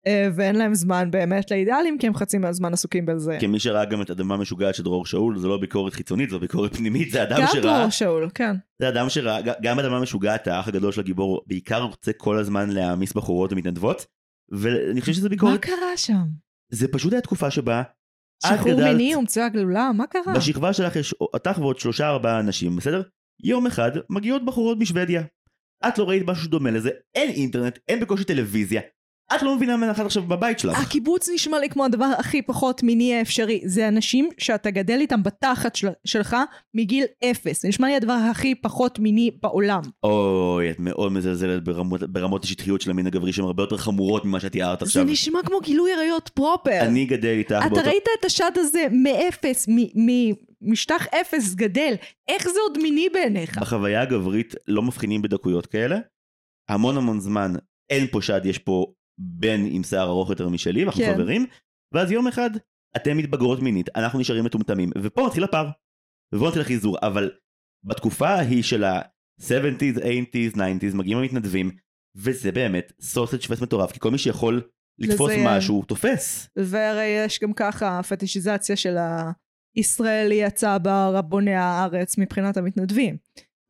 A: אה, ואין להם זמן באמת לאידאלים, כי הם חצי מהזמן עסוקים בלזיין.
B: כמי שראה גם את אדמה משוגעת של דרור שאול, זו לא ביקורת חיצונית, זו ביקורת פנימית, זה אדם
A: גם
B: שראה,
A: דרור שאול, כן.
B: זה אדם שראה, ג- גם אדמה משוגעת, האח הגדול של הגיבור, בעיקר רוצה כל הזמן להעמיס בחורות ומתנדבות, ואני חושב
A: מה
B: שזה ביקורת,
A: קרה שם?
B: זה פשוט היה תקופה שבה, את לא,
A: שחרור
B: גדלת-
A: מיני ומצוי הגלולה? מה קרה?
B: בשכבה שלך יש אותך ועוד שלושה ארבעה אנשים, בסדר? יום אחד מגיעות בחורות משוודיה. את לא ראית משהו שדומה לזה, אין אינטרנט, אין בקושי טלוויזיה. את לא מבינה מה נחת עכשיו בבית
A: אה,
B: שלך.
A: הקיבוץ נשמע לי כמו הדבר הכי פחות מיני האפשרי. זה אנשים שאתה גדל איתם בתחת של, שלך מגיל אפס. זה נשמע לי הדבר הכי פחות מיני בעולם.
B: אוי, את מאוד מזלזלת ברמות, ברמות השטחיות של המין הגברי שהן הרבה יותר חמורות ממה שאת תיארת
A: זה
B: עכשיו.
A: נשמע כמו גילוי עריות פרופר.
B: אני גדל איתך
A: אתה
B: באותו...
A: ראית את השד הזה מאפס, מ- מ- משטח אפס גדל. איך זה עוד מיני בעיניך?
B: בחוויה הגברית לא מבחינים בדקויות כאלה. המון המון זמן אין פה שד, יש פה בן עם שיער ארוך יותר משלי, ואנחנו
A: כן.
B: חברים. ואז יום אחד אתן מתבגרות מינית, אנחנו נשארים מטומטמים, ופה מתחיל הפער. ופה מתחיל החיזור, אבל בתקופה ההיא של ה-70's, 80's, 90's, מגיעים המתנדבים, וזה באמת סוסג' פס מטורף, כי כל מי שיכול לתפוס
A: לזיין.
B: משהו, תופס.
A: והרי יש גם ככה פטישיזציה של הישראלי הצבר, הבונה הארץ, מבחינת המתנדבים.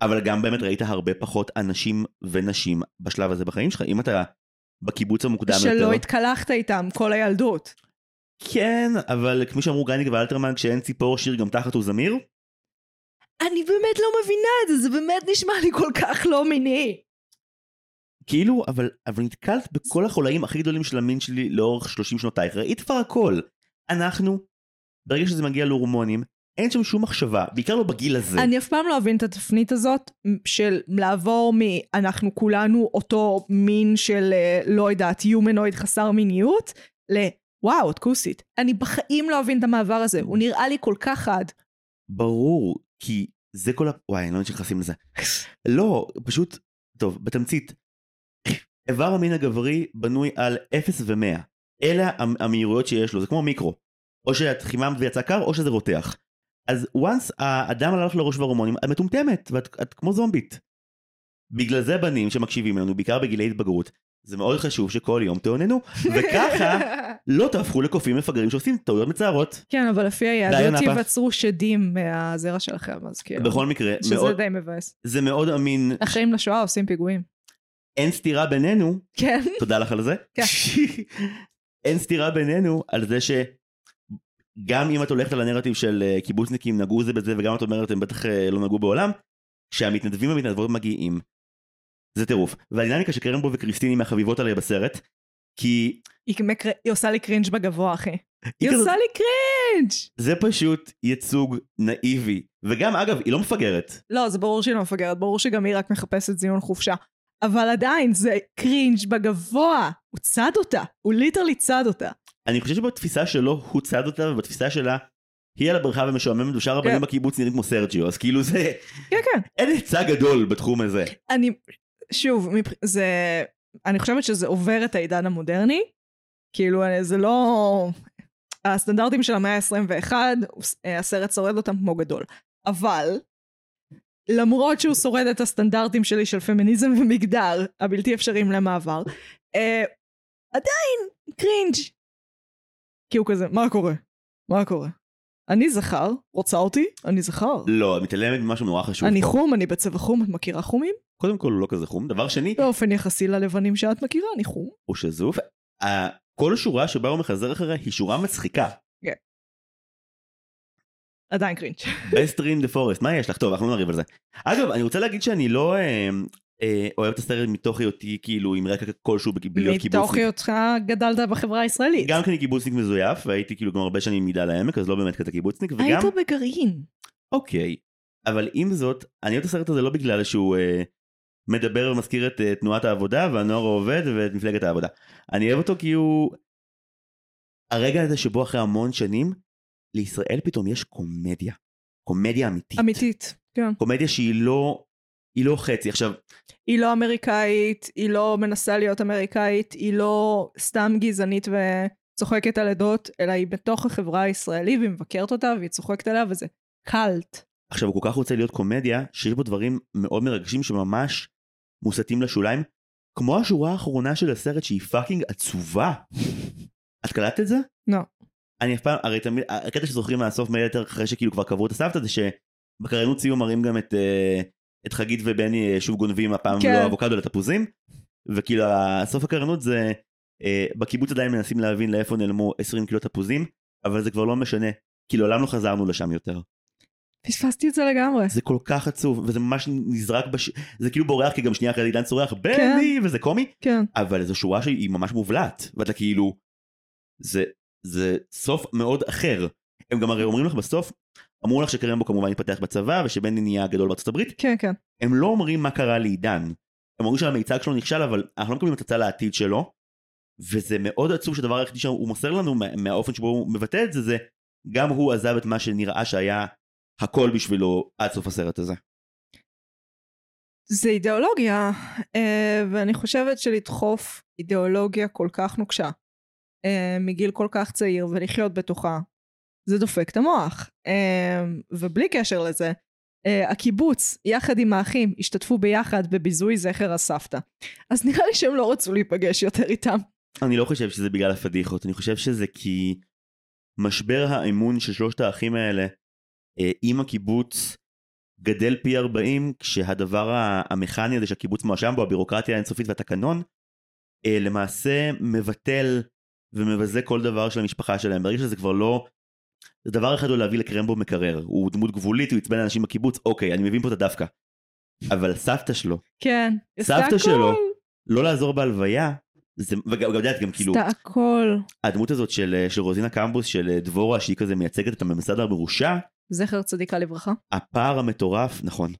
B: אבל גם באמת ראית הרבה פחות אנשים ונשים בשלב הזה בחיים שלך, אם אתה בקיבוץ המוקדם יותר.
A: שלא התקלחת איתם כל הילדות.
B: כן, אבל כמו שאמרו גניק ואלתרמן, כשאין ציפור שיר גם תחת הוא זמיר.
A: אני באמת לא מבינה את זה, זה באמת נשמע לי כל כך לא מיני.
B: כאילו, אבל, אבל נתקלת בכל החולאים הכי גדולים של המין שלי לאורך 30 שנותייך, ראית כבר הכל. אנחנו, ברגע שזה מגיע להורמונים, אין שם שום מחשבה, בעיקר לא בגיל הזה.
A: אני אף פעם לא אבין את התפנית הזאת של לעבור מ"אנחנו כולנו אותו מין של, אה, לא יודעת, יומנויד חסר מיניות", ל"וואו, את כוסית". אני בחיים לא אבין את המעבר הזה, הוא נראה לי כל כך חד.
B: ברור, כי זה כל ה... וואי, אני לא יודעת שנכנסים לזה. לא, פשוט, טוב, בתמצית, איבר המין הגברי בנוי על 0 ו-100. אלה המ- המהירויות שיש לו, זה כמו מיקרו. או שאת חיממת ויצא קר, או שזה רותח. אז once האדם הלך לראש והורמונים, את מטומטמת, ואת את כמו זומבית. בגלל זה בנים שמקשיבים לנו, בעיקר בגילי התבגרות, זה מאוד חשוב שכל יום תאוננו, וככה לא תהפכו לקופים מפגרים שעושים טעויות מצערות.
A: כן, אבל לפי
B: דיין
A: היהדות
B: נפה.
A: ייווצרו שדים מהזרע שלכם, אז כאילו.
B: בכל מקרה,
A: שזה
B: מאוד,
A: די מבאס.
B: זה מאוד אמין,
A: אחרים לשואה עושים פיגועים.
B: אין סתירה בינינו,
A: כן.
B: תודה לך על זה.
A: כן.
B: אין סתירה בינינו על זה שגם אם את הולכת על הנרטיב של אה, קיבוצניקים נגעו זה בזה וגם את אומרת הם בטח אה, לא נגעו בעולם, שהמתנדבים והמתנדבות מגיעים. זה טירוף. והדינמיקה שקרן בו וקריסטיני מהחביבות עליי בסרט, כי
A: היא מקר- היא עושה לי קרינג' בגבוה, אחי.
B: היא
A: היא
B: כזאת-
A: עושה לי קרינג'!
B: זה פשוט ייצוג נאיבי. וגם אגב, היא לא מפגרת.
A: לא, זה ברור שהיא לא מפגרת, ברור שגם היא רק מחפשת זיון חופשה. אבל עדיין, זה קרינג' בגבוה. הוא צד אותה. הוא ליטרלי צד אותה.
B: אני חושב שבתפיסה שלו הוא צד אותה ובתפיסה שלה היא על הבריכה ומשועממת ושאר הבנים
A: כן.
B: בקיבוץ נראים כמו סרג'יו, אז כאילו זה,
A: כן, כן.
B: אין היצע גדול בתחום הזה.
A: אני, שוב, מבח... זה, אני חושבת שזה עובר את העידן המודרני. כאילו, אה, זה לא... הסטנדרטים של המאה ה-21, הסרט שורד אותם כמו גדול. אבל, למרות שהוא שורד את הסטנדרטים שלי של פמיניזם ומגדר, הבלתי אפשריים למעבר, אה, עדיין קרינג'. כי הוא כזה, מה קורה? מה קורה? אני זכר, רוצה אותי? אני זכר.
B: לא, את מתעלמת ממשהו נורא חשוב.
A: אני חום, אני בצבע חום, את מכירה חומים?
B: קודם כל הוא לא כזה חום. דבר שני,
A: באופן יחסי ללבנים שאת מכירה, אני חום.
B: הוא שזוף. ה- כל שורה שבה הוא מחזר אחריה היא שורה מצחיקה.
A: עדיין קרינג'.
B: best in the forest, מה יש לך? טוב, אנחנו לא נריב על זה. אגב, אני רוצה להגיד שאני לא אה, אה, אוהב את הסרט מתוך היותי כאילו עם רקע כלשהו בק- בלהיות
A: מתוך
B: קיבוצניק.
A: היותך גדלת בחברה הישראלית.
B: גם כי אני קיבוצניק מזויף, והייתי כאילו גם הרבה שנים מגדל העמק, אז לא באמת כזה קיבוצניק, וגם...
A: היית בגרעין.
B: אוקיי, אבל עם זאת, אני אוהב את הסרט הזה לא בגלל שהוא אה, מדבר ומזכיר את אה, תנועת העבודה והנוער העובד ואת מפלגת העבודה. אני אוהב אותו כי הוא... הרגע הזה שבו אחרי המון שנים, לישראל פתאום יש קומדיה. קומדיה אמיתית.
A: אמיתית. כן.
B: קומדיה שהיא לא... היא לא חצי. עכשיו,
A: היא לא אמריקאית, היא לא מנסה להיות אמריקאית, היא לא סתם גזענית וצוחקת על עדות, אלא היא בתוך החברה הישראלית והיא מבקרת אותה והיא צוחקת עליה וזה קאלט.
B: עכשיו הוא כל כך רוצה להיות קומדיה, שיש בו דברים מאוד מרגשים שממש מוסטים לשוליים, כמו השורה האחרונה של הסרט שהיא פאקינג עצובה. את קלטת את זה?
A: לא.
B: אני אף פעם, הרי תמיד, הקטע שזוכרים מהסוף מילא יותר אחרי שכאילו כבר קברו את הסבתא זה שבקריינות סיום מראים גם את, אה, את חגית ובני אה, שוב גונבים הפעם
A: כן.
B: לא אבוקדו אלא תפוזים, וכאילו הסוף הקריינות זה אה, בקיבוץ עדיין מנסים להבין לאיפה נעלמו 20 קילו תפוזים, אבל זה כבר לא משנה, כי לעולם לא חזרנו לשם יותר.
A: פספסתי את זה לגמרי.
B: זה כל כך עצוב וזה ממש נזרק בש... זה כאילו בורח כי גם שנייה אחרי זה עידן צורח בני וזה קומי
A: כן.
B: אבל זו שורה שהיא ממש מובלעת ואתה כאילו זה זה סוף מאוד אחר הם גם הרי אומרים לך בסוף אמרו לך שקרמבו כמובן התפתח בצבא ושבני נהיה גדול בארצות הברית
A: כן, כן.
B: הם לא אומרים מה קרה לעידן הם אומרים שהמיצג שלו נכשל אבל אנחנו לא מקבלים הצצה לעתיד שלו וזה מאוד עצוב שהדבר היחידי שהוא מוסר לנו מה- מהאופן שבו הוא מבטא את זה זה גם הוא עזב את מה שנראה שהיה הכל בשבילו עד סוף הסרט הזה.
A: זה אידיאולוגיה, אה, ואני חושבת שלדחוף אידיאולוגיה כל כך נוקשה, אה, מגיל כל כך צעיר ולחיות בתוכה, זה דופק את המוח. אה, ובלי קשר לזה, אה, הקיבוץ, יחד עם האחים, השתתפו ביחד בביזוי זכר הסבתא. אז נראה לי שהם לא רצו להיפגש יותר איתם.
B: אני לא חושב שזה בגלל הפדיחות, אני חושב שזה כי משבר האמון של שלושת האחים האלה אה, עם הקיבוץ גדל פי 40 כשהדבר ה- המכני הזה שהקיבוץ מואשם בו, הבירוקרטיה האינסופית והתקנון, אה, למעשה מבטל ומבזה כל דבר של המשפחה שלהם. ברגע שזה כבר לא... זה דבר אחד הוא להביא לקרמבו מקרר, הוא דמות גבולית, הוא עצבן אנשים בקיבוץ, אוקיי, אני מבין פה את הדווקא. אבל סבתא שלו,
A: כן.
B: סבתא
A: עשתה
B: שלו,
A: הכל.
B: לא לעזור בהלוויה, זה, וגם, גם, יודעת, גם כאילו,
A: עשתה הכל.
B: הדמות הזאת של, אה, של רוזינה קמבוס, של אה, דבורה, שהיא כזה מייצגת את הממסד המרושע,
A: זכר צדיקה לברכה.
B: הפער המטורף, נכון,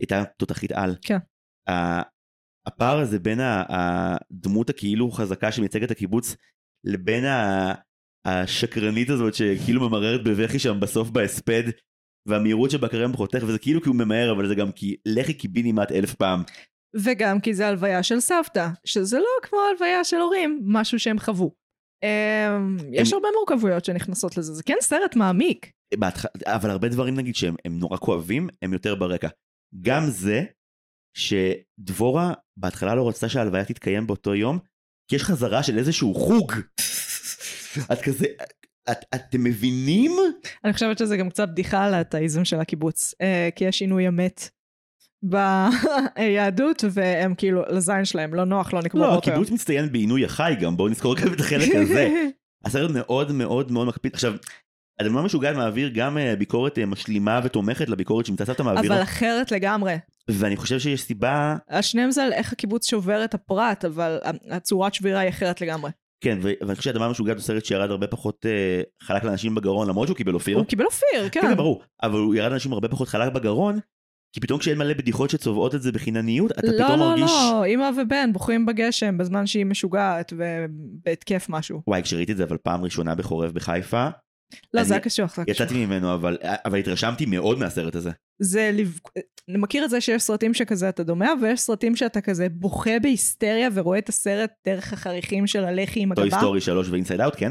B: הייתה תותחית על.
A: כן.
B: ה- הפער הזה בין ה- הדמות הכאילו חזקה שמייצגת את הקיבוץ, לבין ה- השקרנית הזאת שכאילו ממררת בבכי שם בסוף בהספד, והמהירות שבה קרם חותך, וזה כאילו כי הוא ממהר, אבל זה גם כי לכי קיבינימט אלף פעם.
A: וגם כי זה הלוויה של סבתא, שזה לא כמו הלוויה של הורים, משהו שהם חוו. אמ, יש הרבה מורכבויות שנכנסות לזה, זה כן סרט מעמיק.
B: בהתח... אבל הרבה דברים נגיד שהם הם נורא כואבים, הם יותר ברקע. גם זה שדבורה בהתחלה לא רצתה שההלוויה תתקיים באותו יום, כי יש חזרה של איזשהו חוג. את כזה, את, אתם מבינים?
A: אני חושבת שזה גם קצת בדיחה על האתאיזם של הקיבוץ, אה, כי יש עינוי המת ביהדות, והם כאילו, לזין שלהם, לא נוח, לא נקבע
B: לא,
A: באותו יום.
B: הקיבוץ מצטיין בעינוי החי גם, בואו נזכור גם את החלק הזה. הסרט מאוד מאוד מאוד מקפיד. עכשיו, אדמה משוגעת מעביר גם אה, ביקורת אה, משלימה ותומכת לביקורת שמצא סבתא מעבירה,
A: אבל אחרת לגמרי.
B: ואני חושב שיש סיבה
A: השניהם זה על איך הקיבוץ שובר את הפרט, אבל אה, הצורת שבירה היא אחרת לגמרי.
B: כן, ו- ואני חושב שאדמה משוגעת הוא סרט שירד הרבה פחות אה, חלק לאנשים בגרון, למרות שהוא קיבל אופיר.
A: הוא קיבל אופיר, כן.
B: כן, זה ברור. אבל הוא ירד לאנשים הרבה פחות חלק בגרון, כי פתאום כשאין מלא בדיחות שצובעות את זה בחינניות, אתה
A: לא,
B: פתאום
A: לא,
B: מרגיש...
A: לא, אימא ובן בוכים בגשם בזמן שהיא משוגעת ובהתקף משהו.
B: וואי, כשראיתי את זה אבל פעם ראשונה בחורף בחיפה,
A: לא,
B: אני-
A: זה היה קשוח, זה היה קשוח.
B: יצאתי ממנו, אבל, אבל התרשמתי מאוד מהסרט הזה.
A: זה לבכ... אני מכיר את זה שיש סרטים שכזה אתה דומע, ויש סרטים שאתה כזה בוכה בהיסטריה ורואה את הסרט דרך החריכים של הלחי עם
B: טוי
A: הגבה.
B: סטורי 3 ואינסייד אאוט, כן?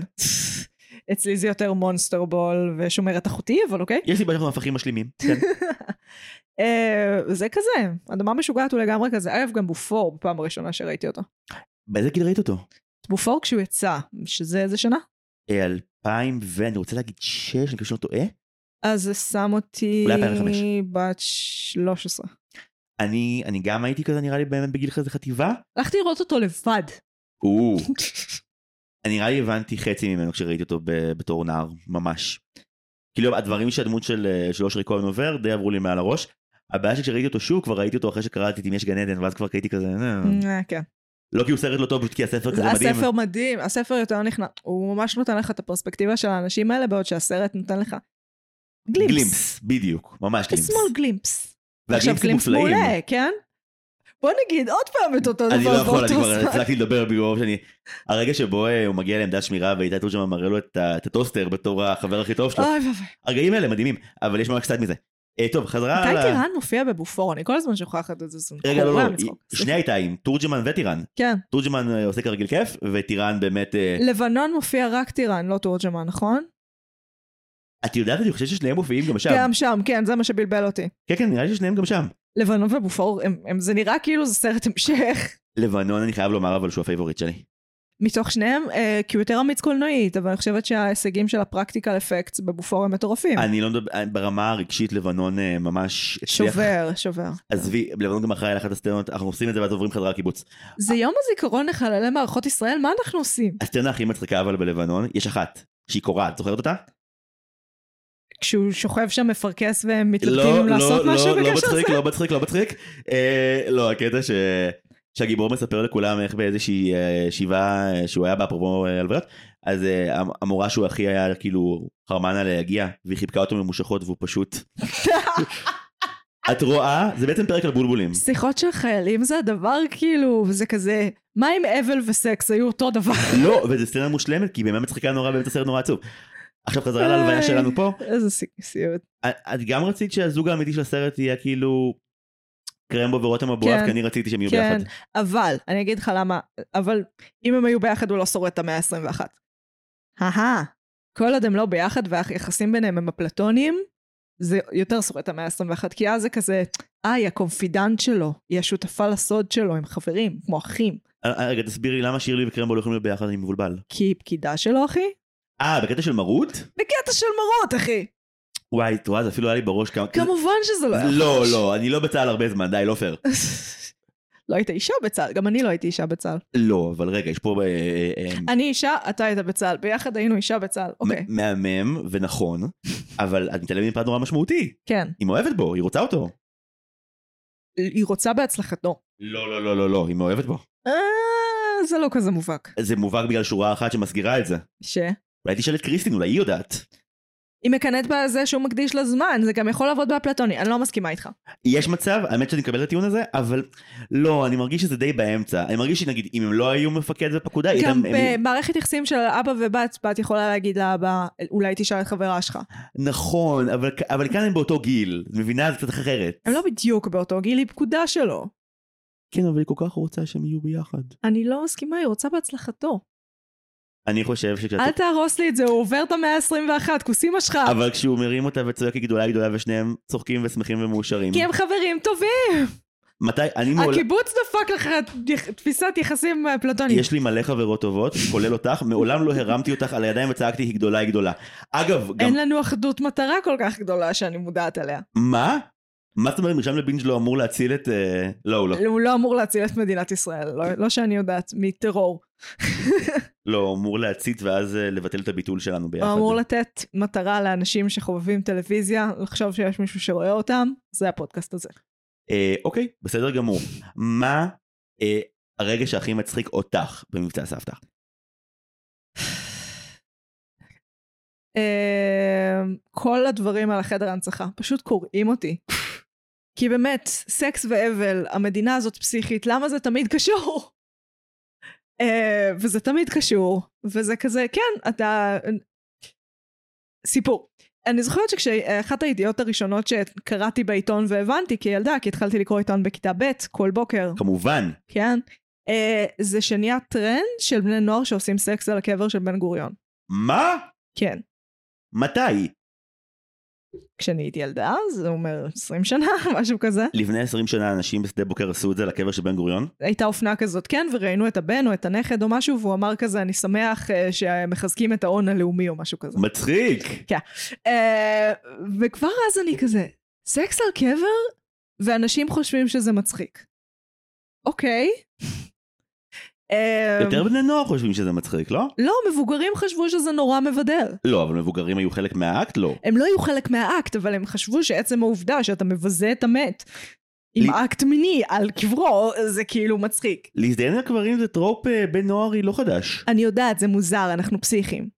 A: אצלי זה יותר מונסטר בול ושומרת אחותי, אבל אוקיי.
B: יש סיבה שאנחנו הפכים משלימים, כן.
A: אה, זה כזה, אדמה משוגעת הוא לגמרי כזה. אגב, גם בופור, בפעם הראשונה שראיתי אותו.
B: באיזה גיל ראית אותו?
A: בופור כשהוא יצא, שזה איזה שנה?
B: אה, 2000 ואני רוצה להגיד 6, אני חושב שאני לא טועה.
A: אז זה שם אותי
B: אולי 2005.
A: בת 13.
B: אני, אני גם הייתי כזה נראה לי באמת בגיל כזה חטיבה.
A: הלכתי לראות אותו לבד.
B: או. אני נראה לי הבנתי חצי ממנו כשראיתי אותו ב- בתור נער, ממש. כאילו הדברים שהדמות של אה, של אושרי כהן עובר די עברו לי מעל הראש. הבעיה שכשראיתי אותו שוב, כבר ראיתי אותו אחרי שקראתי את אם יש גן עדן, ואז כבר הייתי כזה... "אה".
A: אה, כן.
B: לא כי הוא סרט לא טוב, פשוט כי הספר כזה
A: זה
B: מדהים.
A: הספר מדהים, הספר יותר נכנע, הוא ממש נותן לך את הפרספקטיבה של האנשים האלה, בעוד שהסרט נותן לך גלימפס. כן,
B: גלימפס, בדיוק, ממש גלימפס.
A: שמאל גלימפס. עכשיו
B: והגלימפסים
A: גלימפס
B: מופלאים.
A: מעולה, כן? בוא נגיד עוד פעם את אותו דבר.
B: אני לא יכול, אני
A: באותו
B: כבר
A: זמן.
B: הצלחתי לדבר ברוב שאני... הרגע שבו אה, הוא מגיע לעמדת שמירה ואיתי תורג'מן מראה לו את ה- את הטוסטר בתור החבר הכי טוב שלו.
A: אוי ואבוי.
B: הרגעים האלה מדהימים, אבל יש ממש קצת מזה. אה, טוב, חזרה...
A: מתי
B: ל-
A: טירן מופיע בבופור? אני כל הזמן שוכחת את זה, זה
B: רגע, לא,
A: קורע
B: לא,
A: מצחוק.
B: שני הייתאים, תורג'מן וטירן.
A: כן.
B: תורג'מן אה, עושה כרגיל כיף, וטירן באמת...
A: לא.
B: אה,
A: לבנון מופיע רק טירן, לא תורג'מן, נכון?
B: את יודעת, אני חושב ששניהם מופיעים גם שם.
A: גם שם, כן, זה מה שבלבל אותי.
B: כן, כן, נראה לי ששניהם גם שם.
A: לבנון ובופור, הם- הם- זה נראה כאילו זה סרט המשך.
B: לבנון, אני חייב לומר, אבל שהוא הפייבוריט שלי.
A: מתוך שניהם, אה, כי הוא יותר אמיץ קולנועית, אבל אני חושבת שההישגים של הפרקטיקל אפקטס בבופור הם מטורפים.
B: אני לא מדבר... ברמה הרגשית, לבנון אה, ממש הצליח.
A: שובר, שובר.
B: עזבי, לבנון גם אחראי על אחת הסצנות, אנחנו עושים את זה ואז עוברים חדרה קיבוץ.
A: זה יום הזיכרון לחללי מערכות ישראל, מה אנחנו עושים?
B: הסצנה הכי מצחיקה אבל בלבנון, יש אחת, שהיא קורעת, זוכרת אותה?
A: כשהוא שוכב שם מפרכס והם מתלבטים
B: לא,
A: כאילו אם
B: לא,
A: לעשות משהו
B: לא, לא
A: בקשר לזה?
B: מצחיק, לא מצחיק, לא מצחיק. אה, לא, הקטע ש... שהגיבור מספר לכולם איך באיזושהי אה, שבעה אה, שהוא היה בה, אפרופו אה, הלוויות, אז אה, המ- המורה שהוא הכי היה כאילו חרמן עליה הגיע, והיא חיבקה אותו ממושכות והוא פשוט... את רואה? זה בעצם פרק על בולבולים.
A: שיחות של חיילים זה הדבר כאילו, וזה כזה, מה אם אבל וסקס היו אותו דבר?
B: לא, וזו סצנה מושלמת, כי היא באמת מצחיקה נורא, באמת הסרט נורא עצוב. עכשיו חזרה להלוויה שלנו פה. אה,
A: איזה סי- סיוט.
B: את את גם רצית שהזוג האמיתי של הסרט יהיה כאילו קרמבו ורותם אבואב,
A: כן.
B: כי אני רציתי שהם יהיו
A: כן.
B: ביחד.
A: אבל, אני אגיד לך למה, אבל אם הם היו ביחד הוא לא שורד את המאה ה-21. אהה. כל עוד הם לא ביחד והיחסים ביניהם הם אפלטונים, זה יותר שורד את המאה ה-21, כי אז זה כזה, אה, היא הקונפידנט שלו, היא השותפה לסוד שלו, הם חברים, כמו אחים.
B: אה, אה, רגע, תסבירי לי למה שירלי וקרמבו לא יכולים להיות ביחד, אני מבולבל.
A: כי היא פקידה שלו, אחי?
B: אה, בקטע של מרות?
A: בקטע של מרות, אחי!
B: וואי, את רואה, זה אפילו היה לי בראש כמה...
A: כמובן שזה לא היה
B: לא,
A: חדש.
B: לא, אני לא בצה"ל הרבה זמן, די, לא פייר.
A: לא היית אישה בצה"ל, גם אני לא הייתי אישה בצה"ל.
B: לא, אבל רגע, יש פה... אה, אה, אה,
A: אני אישה, אתה היית בצה"ל, ביחד היינו אישה בצה"ל, אוקיי.
B: מ- מהמם ונכון, אבל את מתעלמת מפרט נורא משמעותי.
A: כן.
B: היא מאוהבת בו, היא רוצה אותו.
A: היא רוצה בהצלחתו.
B: לא, לא, לא, לא, לא, היא מאוהבת בו.
A: אה, זה לא כזה מובהק.
B: זה מובהק בגלל שורה אחת שמסגירה את זה.
A: ש?
B: אולי תשאל את קריסטין, אולי היא יודעת.
A: היא מקנאת בזה שהוא מקדיש לה זמן, זה גם יכול לעבוד באפלטוני, אני לא מסכימה איתך.
B: יש מצב, האמת שאני מקבל את הטיעון הזה, אבל לא, אני מרגיש שזה די באמצע. אני מרגיש שנגיד, אם הם לא היו מפקד ופקודה, היא
A: גם
B: הייתם- הם-
A: במערכת יחסים של אבא ובת, בת יכולה להגיד לאבא, אולי תשאל את חברה שלך.
B: נכון, אבל כ- אבל כאן הם באותו גיל, את מבינה? זה קצת אחרת.
A: הם לא בדיוק באותו גיל, היא פקודה שלו.
B: כן, אבל היא כל כך רוצה שהם יהיו ביחד.
A: אני לא מסכימה, היא רוצה בהצלחתו.
B: אני חושב שכשאתה...
A: אל תהרוס לי את זה, הוא עובר את המאה ה-21, כוסימה שלך.
B: אבל כשהוא מרים אותה וצועק היא גדולה היא גדולה ושניהם צוחקים ושמחים ומאושרים.
A: כי הם חברים טובים.
B: מתי, אני מעולם,
A: הקיבוץ דפק לך את יח- תפיסת יחסים אה, פלטונית.
B: יש לי מלא חברות טובות, כולל אותך, מעולם לא הרמתי אותך על הידיים וצעקתי היא גדולה היא גדולה. אגב, גם,
A: אין לנו אחדות מטרה כל כך גדולה שאני מודעת עליה.
B: מה? מה זאת אומרת, מרשם לבינג' לא אמור להציל את... אה, לא, הוא לא.
A: הוא לא אמור להציל את מדינת ישראל, לא, לא שאני יודעת, מטרור.
B: לא, הוא אמור להצית ואז אה, לבטל את הביטול שלנו ביחד.
A: הוא אמור לתת מטרה לאנשים שחובבים טלוויזיה, לחשוב שיש מישהו שרואה אותם, זה הפודקאסט הזה.
B: אה, אוקיי, בסדר גמור. מה אה, הרגע שהכי מצחיק אותך במבצע סבתא?
A: אמ, כל הדברים על החדר ההנצחה, פשוט קוראים אותי. כי באמת, סקס ואבל, המדינה הזאת פסיכית, למה זה תמיד קשור? אה, וזה תמיד קשור, וזה כזה, כן, אתה... סיפור. אני זוכרת שכשאחת הידיעות הראשונות שקראתי בעיתון והבנתי כילדה, כי התחלתי לקרוא עיתון בכיתה ב' כל בוקר,
B: כמובן,
A: כן, אה, זה שנהיה טרנד של בני נוער שעושים סקס על הקבר של בן גוריון.
B: מה?
A: כן.
B: מתי?
A: כשאני הייתי ילדה, זה אומר 20 שנה, משהו כזה.
B: לפני 20 שנה אנשים בשדה בוקר עשו את זה לקבר של בן גוריון?
A: הייתה אופנה כזאת, כן, וראיינו את הבן או את הנכד או משהו, והוא אמר כזה, אני שמח אה, שמחזקים את ההון הלאומי או משהו כזה.
B: מצחיק!
A: אה, וכבר אז אני כזה, סקס על קבר? ואנשים חושבים שזה מצחיק. אוקיי. אה,
B: יותר בני נוער חושבים שזה מצחיק, לא?
A: לא, מבוגרים חשבו שזה נורא מבדר.
B: לא, אבל מבוגרים היו חלק מהאקט? לא.
A: הם לא היו חלק מהאקט, אבל הם חשבו שעצם העובדה שאתה מבזה את המת עם
B: לי-
A: אקט מיני על קברו, זה כאילו מצחיק.
B: להזדיין על קברים זה טרופ אה, בן נוערי לא חדש.
A: אני יודעת, זה מוזר, אנחנו פסיכים.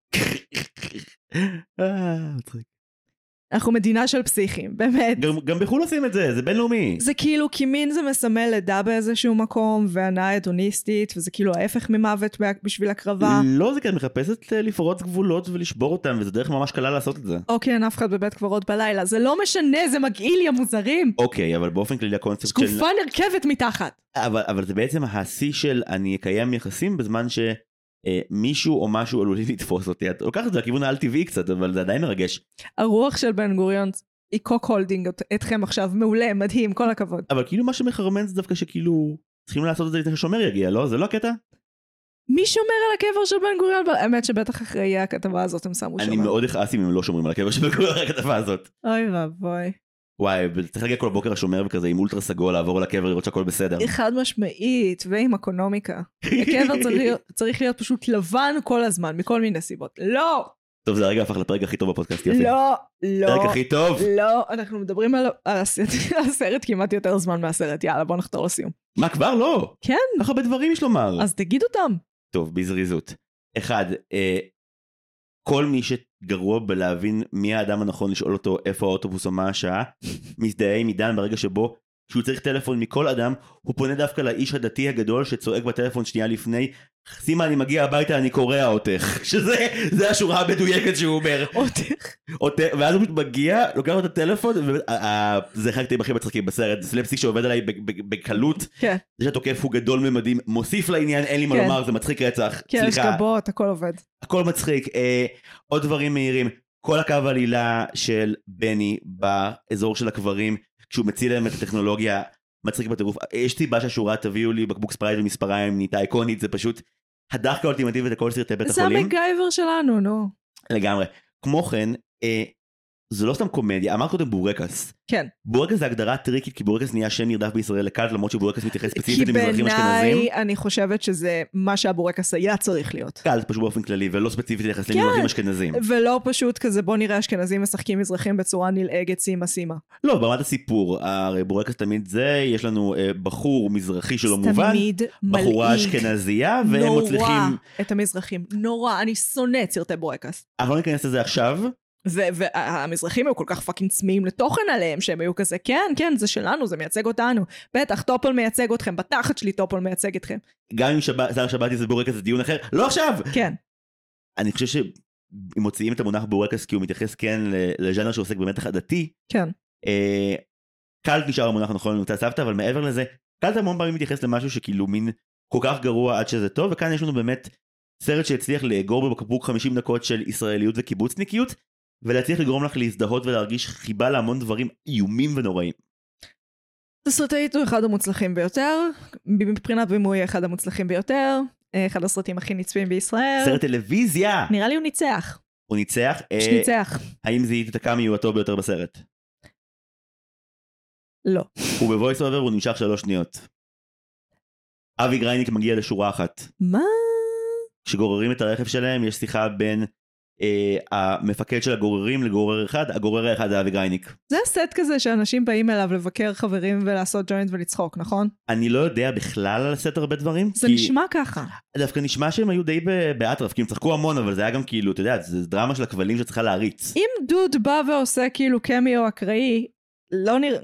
B: אה, מצחיק.
A: אנחנו מדינה של פסיכים, באמת.
B: גם- גם בחו"ל עושים את זה, זה בינלאומי.
A: זה כאילו, כי מין זה מסמל לידה באיזשהו מקום, והנאה הדוניסטית, וזה כאילו ההפך ממוות ב- בשביל הקרבה.
B: לא, זה כי את מחפשת אה, לפרוץ גבולות ולשבור אותם, וזו דרך ממש קלה לעשות את זה.
A: אוקיי, אין אף אחד בבית קברות בלילה. זה לא משנה, זה מגעיל, יא מוזרים.
B: אוקיי, אבל באופן כללי הקונספט של...
A: שקופה נרכבת מתחת.
B: אבל, אבל זה בעצם השיא של אני אקיים יחסים בזמן שמישהו או משהו עלולים לתפוס אותי. את לוקחת את זה לכיוון העל טבעי קצת, אבל זה עדיין מרגש.
A: הרוח של בן גוריון היא קוק הולדינג אות- אתכם עכשיו, מעולה, מדהים, כל הכבוד.
B: אבל כאילו מה שמחרמן זה דווקא שכאילו צריכים לעשות את זה לפני שהשומר יגיע, לא? זה לא הקטע?
A: מי שומר על הקבר של בן גוריון? ב- האמת שבטח אחרי הכתבה הזאת הם שמו
B: אני
A: שומר.
B: מאוד אכעס אם הם לא שומרים על הקבר של כל הכתבה הזאת.
A: אוי ואבוי.
B: וואי, צריך להגיע כל בוקר השומר וכזה עם אולטרה סגול לעבור על הקבר לראות שהכל בסדר.
A: חד משמעית, ועם אקונומיקה. הקבר צריך, צריך להיות פשוט לבן כל הזמן, מכל מיני סיבות. לא!
B: טוב, זה הרגע הפך לפרק הכי טוב בפודקאסט, יופי.
A: לא!
B: הפרק
A: לא!
B: הכי טוב.
A: לא, אנחנו מדברים על, על, הסרט, על הסרט כמעט יותר זמן מהסרט, יאללה בוא נחתור לסיום.
B: מה, כבר לא?
A: כן.
B: כל כך הרבה דברים יש לומר.
A: אז תגיד אותם.
B: טוב, בזריזות. אחד, אה, כל מי שגרוע בלהבין מי האדם הנכון לשאול אותו איפה האוטובוס או מה השעה, מזדהה עם עידן ברגע שבו כשהוא צריך טלפון מכל אדם, הוא פונה דווקא לאיש הדתי הגדול שצועק בטלפון שנייה לפני, סימה אני מגיע הביתה אני קורע אותך, שזה זה השורה המדויקת שהוא אומר,
A: אותך.
B: אותך, ואז הוא פשוט מגיע, לוקח לו את הטלפון, ו- ה- ה- זה אחד הקטעים הכי מצחיקים בסרט, סלפסטיק שעובד עליי ב- ב- בקלות,
A: כן.
B: זה שהתוקף הוא גדול ממדים, מוסיף לעניין, אין לי מה
A: כן.
B: לומר, זה מצחיק רצח.
A: כן, יש
B: סליחה,
A: גבות, הכל עובד.
B: הכל מצחיק. אה, עוד דברים מהירים, כל הקו העלילה של בני באזור של הקברים, כשהוא מציל להם את הטכנולוגיה, מצחיק בטירוף. יש סיבה שהשורה תביאו לי בקבוק ספרייט ומספריים נהייתה איקונית, זה פשוט הדחקה האולטימטיבית לכל סרטי בית
A: זה
B: החולים.
A: המגייבר שלנו, נו.
B: לגמרי. כמו כן, אה, זה לא סתם קומדיה, אמרת קודם בורקס.
A: כן.
B: בורקס זה הגדרה טריקית, כי בורקס נהיה שם נרדף בישראל לקאט, למרות שבורקס מתייחס
A: כי
B: ספציפית למזרחים אשכנזים.
A: בעיניי אני חושבת שזה מה שהבורקס היה צריך להיות.
B: קל, פשוט באופן כללי, ולא ספציפית להתייחס
A: כן.
B: למזרחים אשכנזים.
A: ולא פשוט כזה בוא נראה אשכנזים משחקים מזרחים בצורה נלעגת סימה סימה.
B: לא, ברמת הסיפור, הרי בורקס תמיד זה, יש לנו אה, בחור מזרחי שלא מובן,
A: תמיד
B: בחורה
A: מלעיג.
B: אשכנזייה, והם
A: נורא
B: מצליחים,
A: את המזרחים. נורא, אני שונא את סרטי בורקס.
B: אנחנו לא ניכנס לזה עכשיו,
A: והמזרחים היו כל כך פאקינג צמאים לתוכן עליהם, שהם היו כזה, כן, כן, זה שלנו, זה מייצג אותנו. בטח, טופול מייצג אתכם, בתחת שלי טופול מייצג אתכם.
B: גם אם שבת- שר שבתי זה בורקס זה דיון אחר, לא עכשיו!
A: כן,
B: אני חושב שאם מוציאים את המונח בורקס כי הוא מתייחס כן ל- לז'אנר שעוסק במתח עדתי,
A: כן.
B: אה, קלט נשאר המונח נכון למבצע סבתא, אבל מעבר לזה, קלט המון פעמים מתייחס למשהו שכאילו מין כל כך גרוע עד שזה טוב, וכאן יש לנו באמת סרט שהצליח לאגור בבקבוק 50 דקות של ישראליות וקיבוצניקיות, ולהצליח לגרום לך להזדהות ולהרגיש חיבה להמון דברים איומים ונוראים.
A: הסרטאית הוא אחד המוצלחים ביותר, מבחינת אם הוא יהיה אחד המוצלחים ביותר, אה, אחד הסרטים הכי נצפים בישראל.
B: סרט טלוויזיה!
A: נראה לי הוא ניצח.
B: הוא ניצח. אה,
A: פשוט ניצח.
B: האם זיהית את הקאמיו הטוב ביותר בסרט?
A: לא.
B: הוא בוויס אובר והוא נמשך שלוש שניות. אבי גרייניק מגיע לשורה אחת.
A: מה?
B: כשגוררים את הרכב שלהם יש שיחה בין אה, המפקד של הגוררים לגורר אחד, הגורר האחד זה אבי גרייניק.
A: זה הסט כזה שאנשים באים אליו לבקר חברים ולעשות ג'וינט ולצחוק, נכון?
B: אני לא יודע בכלל על הסט הרבה דברים.
A: זה
B: כי
A: נשמע ככה.
B: דווקא נשמע שהם היו די ב- באטרף, כי הם צחקו המון, אבל זה היה גם כאילו, אתה יודע, זה דרמה של הכבלים שצריכה להריץ.
A: אם דוד בא ועושה כאילו קמיו אקראי, לא נראה...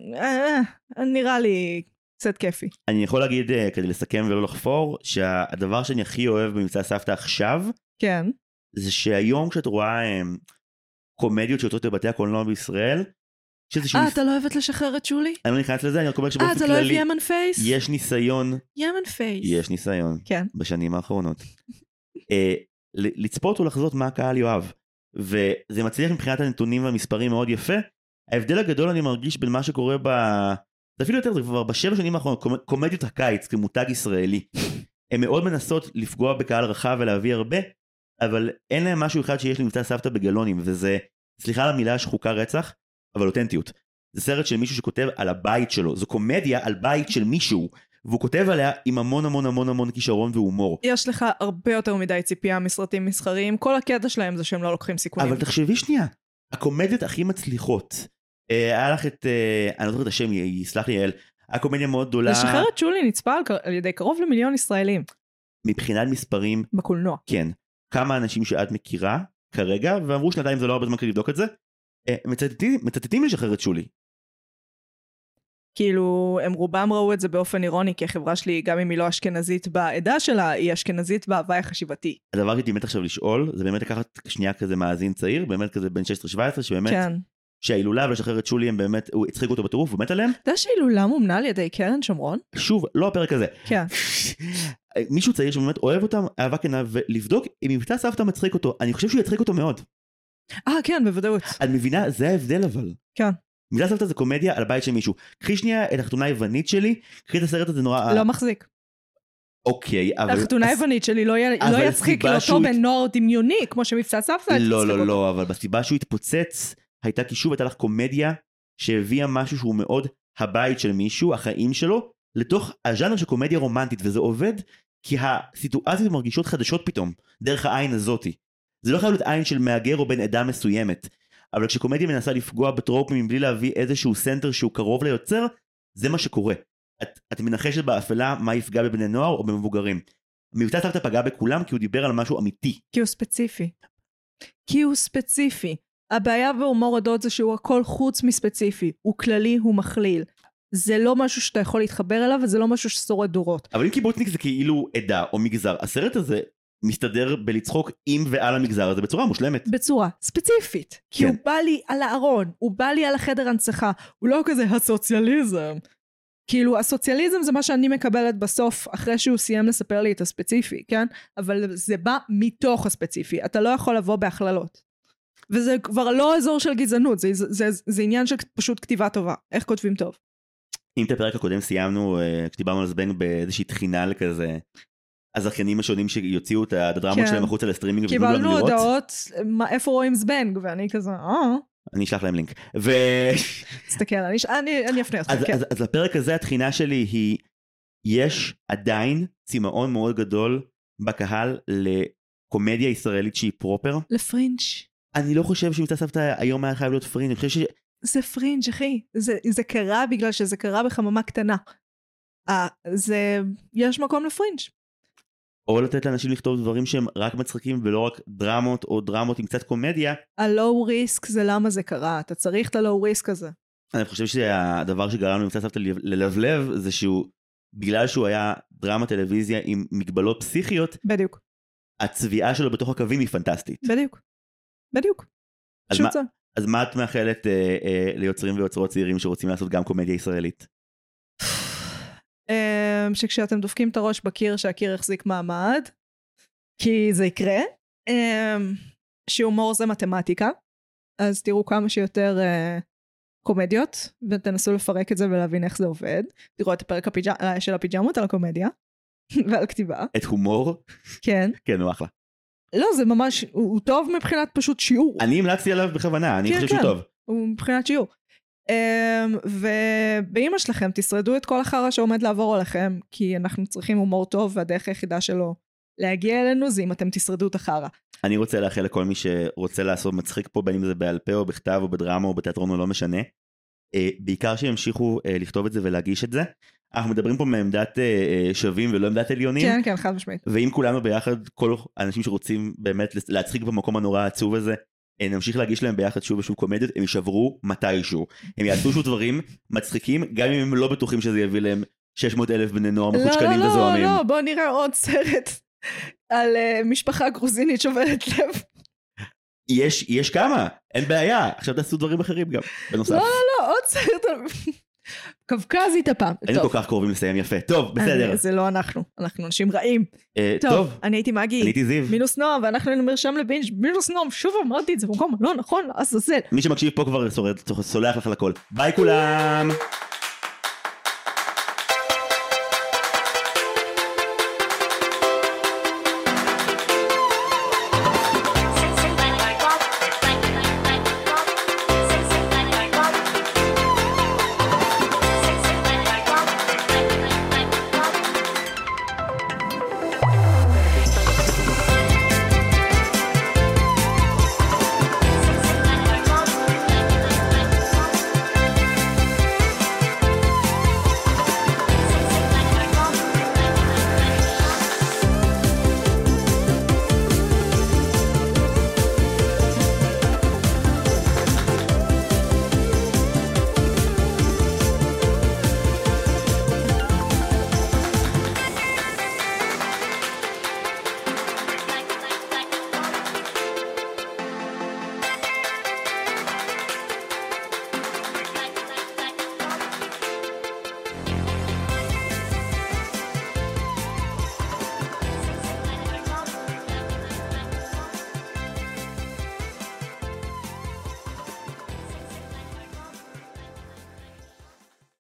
A: אה, נראה לי סט כיפי.
B: אני יכול להגיד, אה, כדי לסכם ולא לחפור, שהדבר שאני הכי אוהב במבצע סבתא עכשיו,
A: כן.
B: זה שהיום כשאת רואה הם, קומדיות שיוצאות לבתי הקולנוע בישראל, יש איזשהו...
A: אה,
B: ניס-
A: אתה לא אוהבת לשחרר את שולי?
B: אני לא נכנס לזה, אני רק אומר
A: אה,
B: שבאופן
A: אתה לא אוהב
B: כללי,
A: ימן פייס?
B: יש ניסיון,
A: ימן פייס.
B: יש ניסיון,
A: כן.
B: בשנים האחרונות. אה, ל- לצפות ולחזות מה הקהל יאהב. וזה מצליח מבחינת הנתונים והמספרים מאוד יפה. ההבדל הגדול אני מרגיש בין מה שקורה ב... זה אפילו יותר, זה כבר בשבע שנים האחרונות, קומ... קומדיות הקיץ כמותג ישראלי. הן מאוד מנסות לפגוע בקהל רחב ולהביא הרבה, אבל אין להם משהו אחד שיש למבצע סבתא בגלונים, וזה, סליחה על המילה שחוקה רצח, אבל אותנטיות. זה סרט של מישהו שכותב על הבית שלו, זו קומדיה על בית של מישהו, והוא כותב עליה עם המון המון המון המון כישרון והומור.
A: יש לך הרבה יותר מדי ציפייה מסרטים מסחריים, כל הקטע שלהם זה שהם לא לוקחים סיכונים.
B: אבל תחשבי שנייה, הקומדיות הכי מצליחות. אה, היה לך את, אה, אני לא זוכר את השם, י- יסלח לי יעל, היה קומדיה מאוד גדולה,
A: לשחרר את שולי נצפה על קר- על ידי קרוב למיליון ישראלים
B: מבחינת מספרים,
A: בקולנוע.
B: כן. כמה אנשים שאת מכירה כרגע, ואמרו שנתיים זה לא הרבה זמן כדי לבדוק את זה, אה, מצטטים- מצטטים לשחרר את שולי.
A: כאילו, הם רובם ראו את זה באופן אירוני, כי החברה שלי, גם אם היא לא אשכנזית בעדה שלה, היא אשכנזית בהוואי החשיבתי.
B: הדבר שהייתי מת עכשיו לשאול, זה באמת לקחת שנייה כזה מאזין צעיר, באמת כזה בן 16-17, שבאמת,
A: כן.
B: שההילולה ולשחרר את שולי הם באמת, הוא הצחיק אותו בטירוף, הוא מת עליהם.
A: אתה יודע שהילולה מומנה על ידי קרן שומרון?
B: שוב, לא הפרק הזה,
A: כן.
B: מישהו צעיר שבאמת אוהב אותם, אהבה כנה, ולבדוק אם מבטא סבתא מצחיק אותו. אני חושב שהוא יצחיק אותו מאוד.
A: אה, כן, בוודאות.
B: את מבינה? זה ההבדל אבל.
A: כן.
B: מבטא סבתא זה קומדיה על בית של מישהו. קחי שנייה את החתונה היוונית שלי, קחי את הסרט הזה נורא...
A: לא מחזיק.
B: אוקיי, אה, אבל...
A: החתונה
B: אז-
A: היוונית שלי לא י-
B: אבל
A: לא יצחיק
B: הסיבה
A: לאותו
B: שהוא-
A: בן נוער דמיוני, כמו שמבצע סבתא היה
B: לא,
A: מצחיק
B: לא,
A: אותו.
B: לא, אבל בסיבה שהוא התפוצץ, הייתה כי שוב הייתה לך קומדיה שהביאה משהו שהוא מאוד הבית של מישהו, החיים שלו, לתוך הז'אנר של קומדיה רומנטית, וזה עובד כי הסיטואציות מרגישות חדשות פתאום, דרך העין הזאתי. זה לא חייב להיות עין של מהגר או בן עדה מסוימת, אבל כשקומדיה מנסה לפגוע בטרופים מבלי להביא איזשהו סנטר שהוא קרוב ליוצר, זה מה שקורה. את, את מנחשת באפלה מה יפגע בבני נוער או במבוגרים. מבצע סבתא פגע בכולם כי הוא דיבר על משהו אמיתי.
A: כי הוא ספציפי. כי הוא ספציפי. הבעיה בהומור הדוד זה שהוא הכל חוץ מספציפי. הוא כללי, הוא מכליל. זה לא משהו שאתה יכול להתחבר אליו, וזה לא משהו ששורד דורות.
B: אבל אם קיבוצניק זה כאילו עדה או מגזר, הסרט הזה מסתדר בלצחוק עם ועל המגזר הזה בצורה מושלמת.
A: בצורה ספציפית. כי
B: כן.
A: הוא בא לי על הארון, הוא בא לי על החדר הנצחה. הוא לא כזה הסוציאליזם. כאילו, הסוציאליזם זה מה שאני מקבלת בסוף, אחרי שהוא סיים לספר לי את הספציפי, כן? אבל זה בא מתוך הספציפי. אתה לא יכול לבוא בהכללות. וזה כבר לא אזור של גזענות, זה, זה, זה, זה עניין של פשוט כתיבה טובה. איך כותבים טוב?
B: אם את הפרק הקודם סיימנו, אה, כשדיברנו על זבנג באיזושהי תחינה לכזה, הזכיינים השונים שיוציאו את הדרמות
A: כן.
B: שלהם החוצה לסטרימינג ויתנו לנו
A: קיבלנו
B: לראות,
A: הודעות, מה, איפה רואים זבנג? ואני כזה, אה,
B: אני אשלח להם לינק. ו...
A: תסתכל, אני, אני, אני אפנה אותך,
B: אז,
A: כן.
B: אז, אז לפרק הזה התחינה שלי היא, יש עדיין צמאון מאוד גדול בקהל לקומדיה ישראלית שהיא פרופר.
A: לפרינג'.
B: אני לא חושב שמבצע סבתא היום היה חייב להיות פרינג', אני חושב ש...
A: זה פרינג', אחי. זה, זה קרה בגלל שזה קרה בחממה קטנה. אה, זה, יש מקום לפרינג'.
B: או לתת לאנשים לכתוב דברים שהם רק מצחיקים ולא רק דרמות או דרמות עם קצת קומדיה,
A: הלואו ריסק זה למה זה קרה, אתה צריך את הלואו ריסק הזה.
B: אני חושב שהדבר שגרם למבצע סבתא ל- ללבלב זה שהוא, בגלל שהוא היה דרמה טלוויזיה עם מגבלות פסיכיות,
A: בדיוק,
B: הצביעה שלו בתוך הקווים היא פנטסטית.
A: בדיוק. בדיוק.
B: אז
A: פשוט
B: מה-
A: זה.
B: אז מה את מאחלת אה, אה, ליוצרים ויוצרות צעירים שרוצים לעשות גם קומדיה ישראלית?
A: אמ, שכשאתם דופקים את הראש בקיר, שהקיר יחזיק מעמד, כי זה יקרה. אמ, שהומור זה מתמטיקה, אז תראו כמה שיותר אה, קומדיות, ותנסו לפרק את זה ולהבין איך זה עובד. תראו את הפרק הפיג'... אה, של הפיג'מות על הקומדיה, ועל כתיבה,
B: את הומור,
A: כן.
B: כן, הוא אחלה.
A: לא, זה ממש, הוא, הוא טוב מבחינת פשוט שיעור.
B: אני המלצתי עליו בכוונה, אני
A: כן,
B: חושב שהוא
A: כן.
B: טוב.
A: הוא מבחינת שיעור. Um, ובאימא שלכם תשרדו את כל החרא שעומד לעבור עליכם, כי אנחנו צריכים הומור טוב, והדרך היחידה שלו להגיע אלינו זה אם אתם תשרדו את החרא.
B: אני רוצה לאחל לכל מי שרוצה לעשות מצחיק פה, בין אם זה בעל פה או בכתב או בדרמה או בתיאטרון או לא משנה. אה, בעיקר שימשיכו אה, לכתוב את זה ולהגיש את זה. אנחנו מדברים פה מעמדת אה, אה, שווים ולא עמדת עליונים.
A: כן, כן, חד משמעית.
B: ואם כולנו ביחד, כל האנשים שרוצים באמת לס- להצחיק במקום הנורא העצוב הזה, אה, נמשיך להגיש להם ביחד שוב ושוב קומדיות, הם יישברו מתישהו. הם יעשו שוב דברים מצחיקים, גם אם הם לא בטוחים שזה יביא להם 600 אלף בני נוער
A: לא,
B: מחושקנים
A: לא,
B: וזוהמים.
A: לא, בואו נראה עוד סרט על אה, משפחה גרוזינית שוברת לב.
B: יש, יש כמה, אין בעיה. עכשיו תעשו דברים אחרים גם, בנוסף.
A: לא, לא, עוד סרט על... קווקזית הפעם.
B: היינו כל
A: טוב,
B: כך קרובים לסיים יפה. טוב, בסדר.
A: אני- זה לא אנחנו, אנחנו אנשים רעים.
B: אה,
A: טוב,
B: טוב,
A: אני לא- הייתי מגי.
B: אני הייתי זיו.
A: מינוס נועם, ואנחנו היינו מרשם לבינג' מינוס נועם, שוב אמרתי את זה במקום לא נכון, לעזאזל.
B: מי שמקשיב פה כבר סורד- סולח לך לכל. ביי כולם!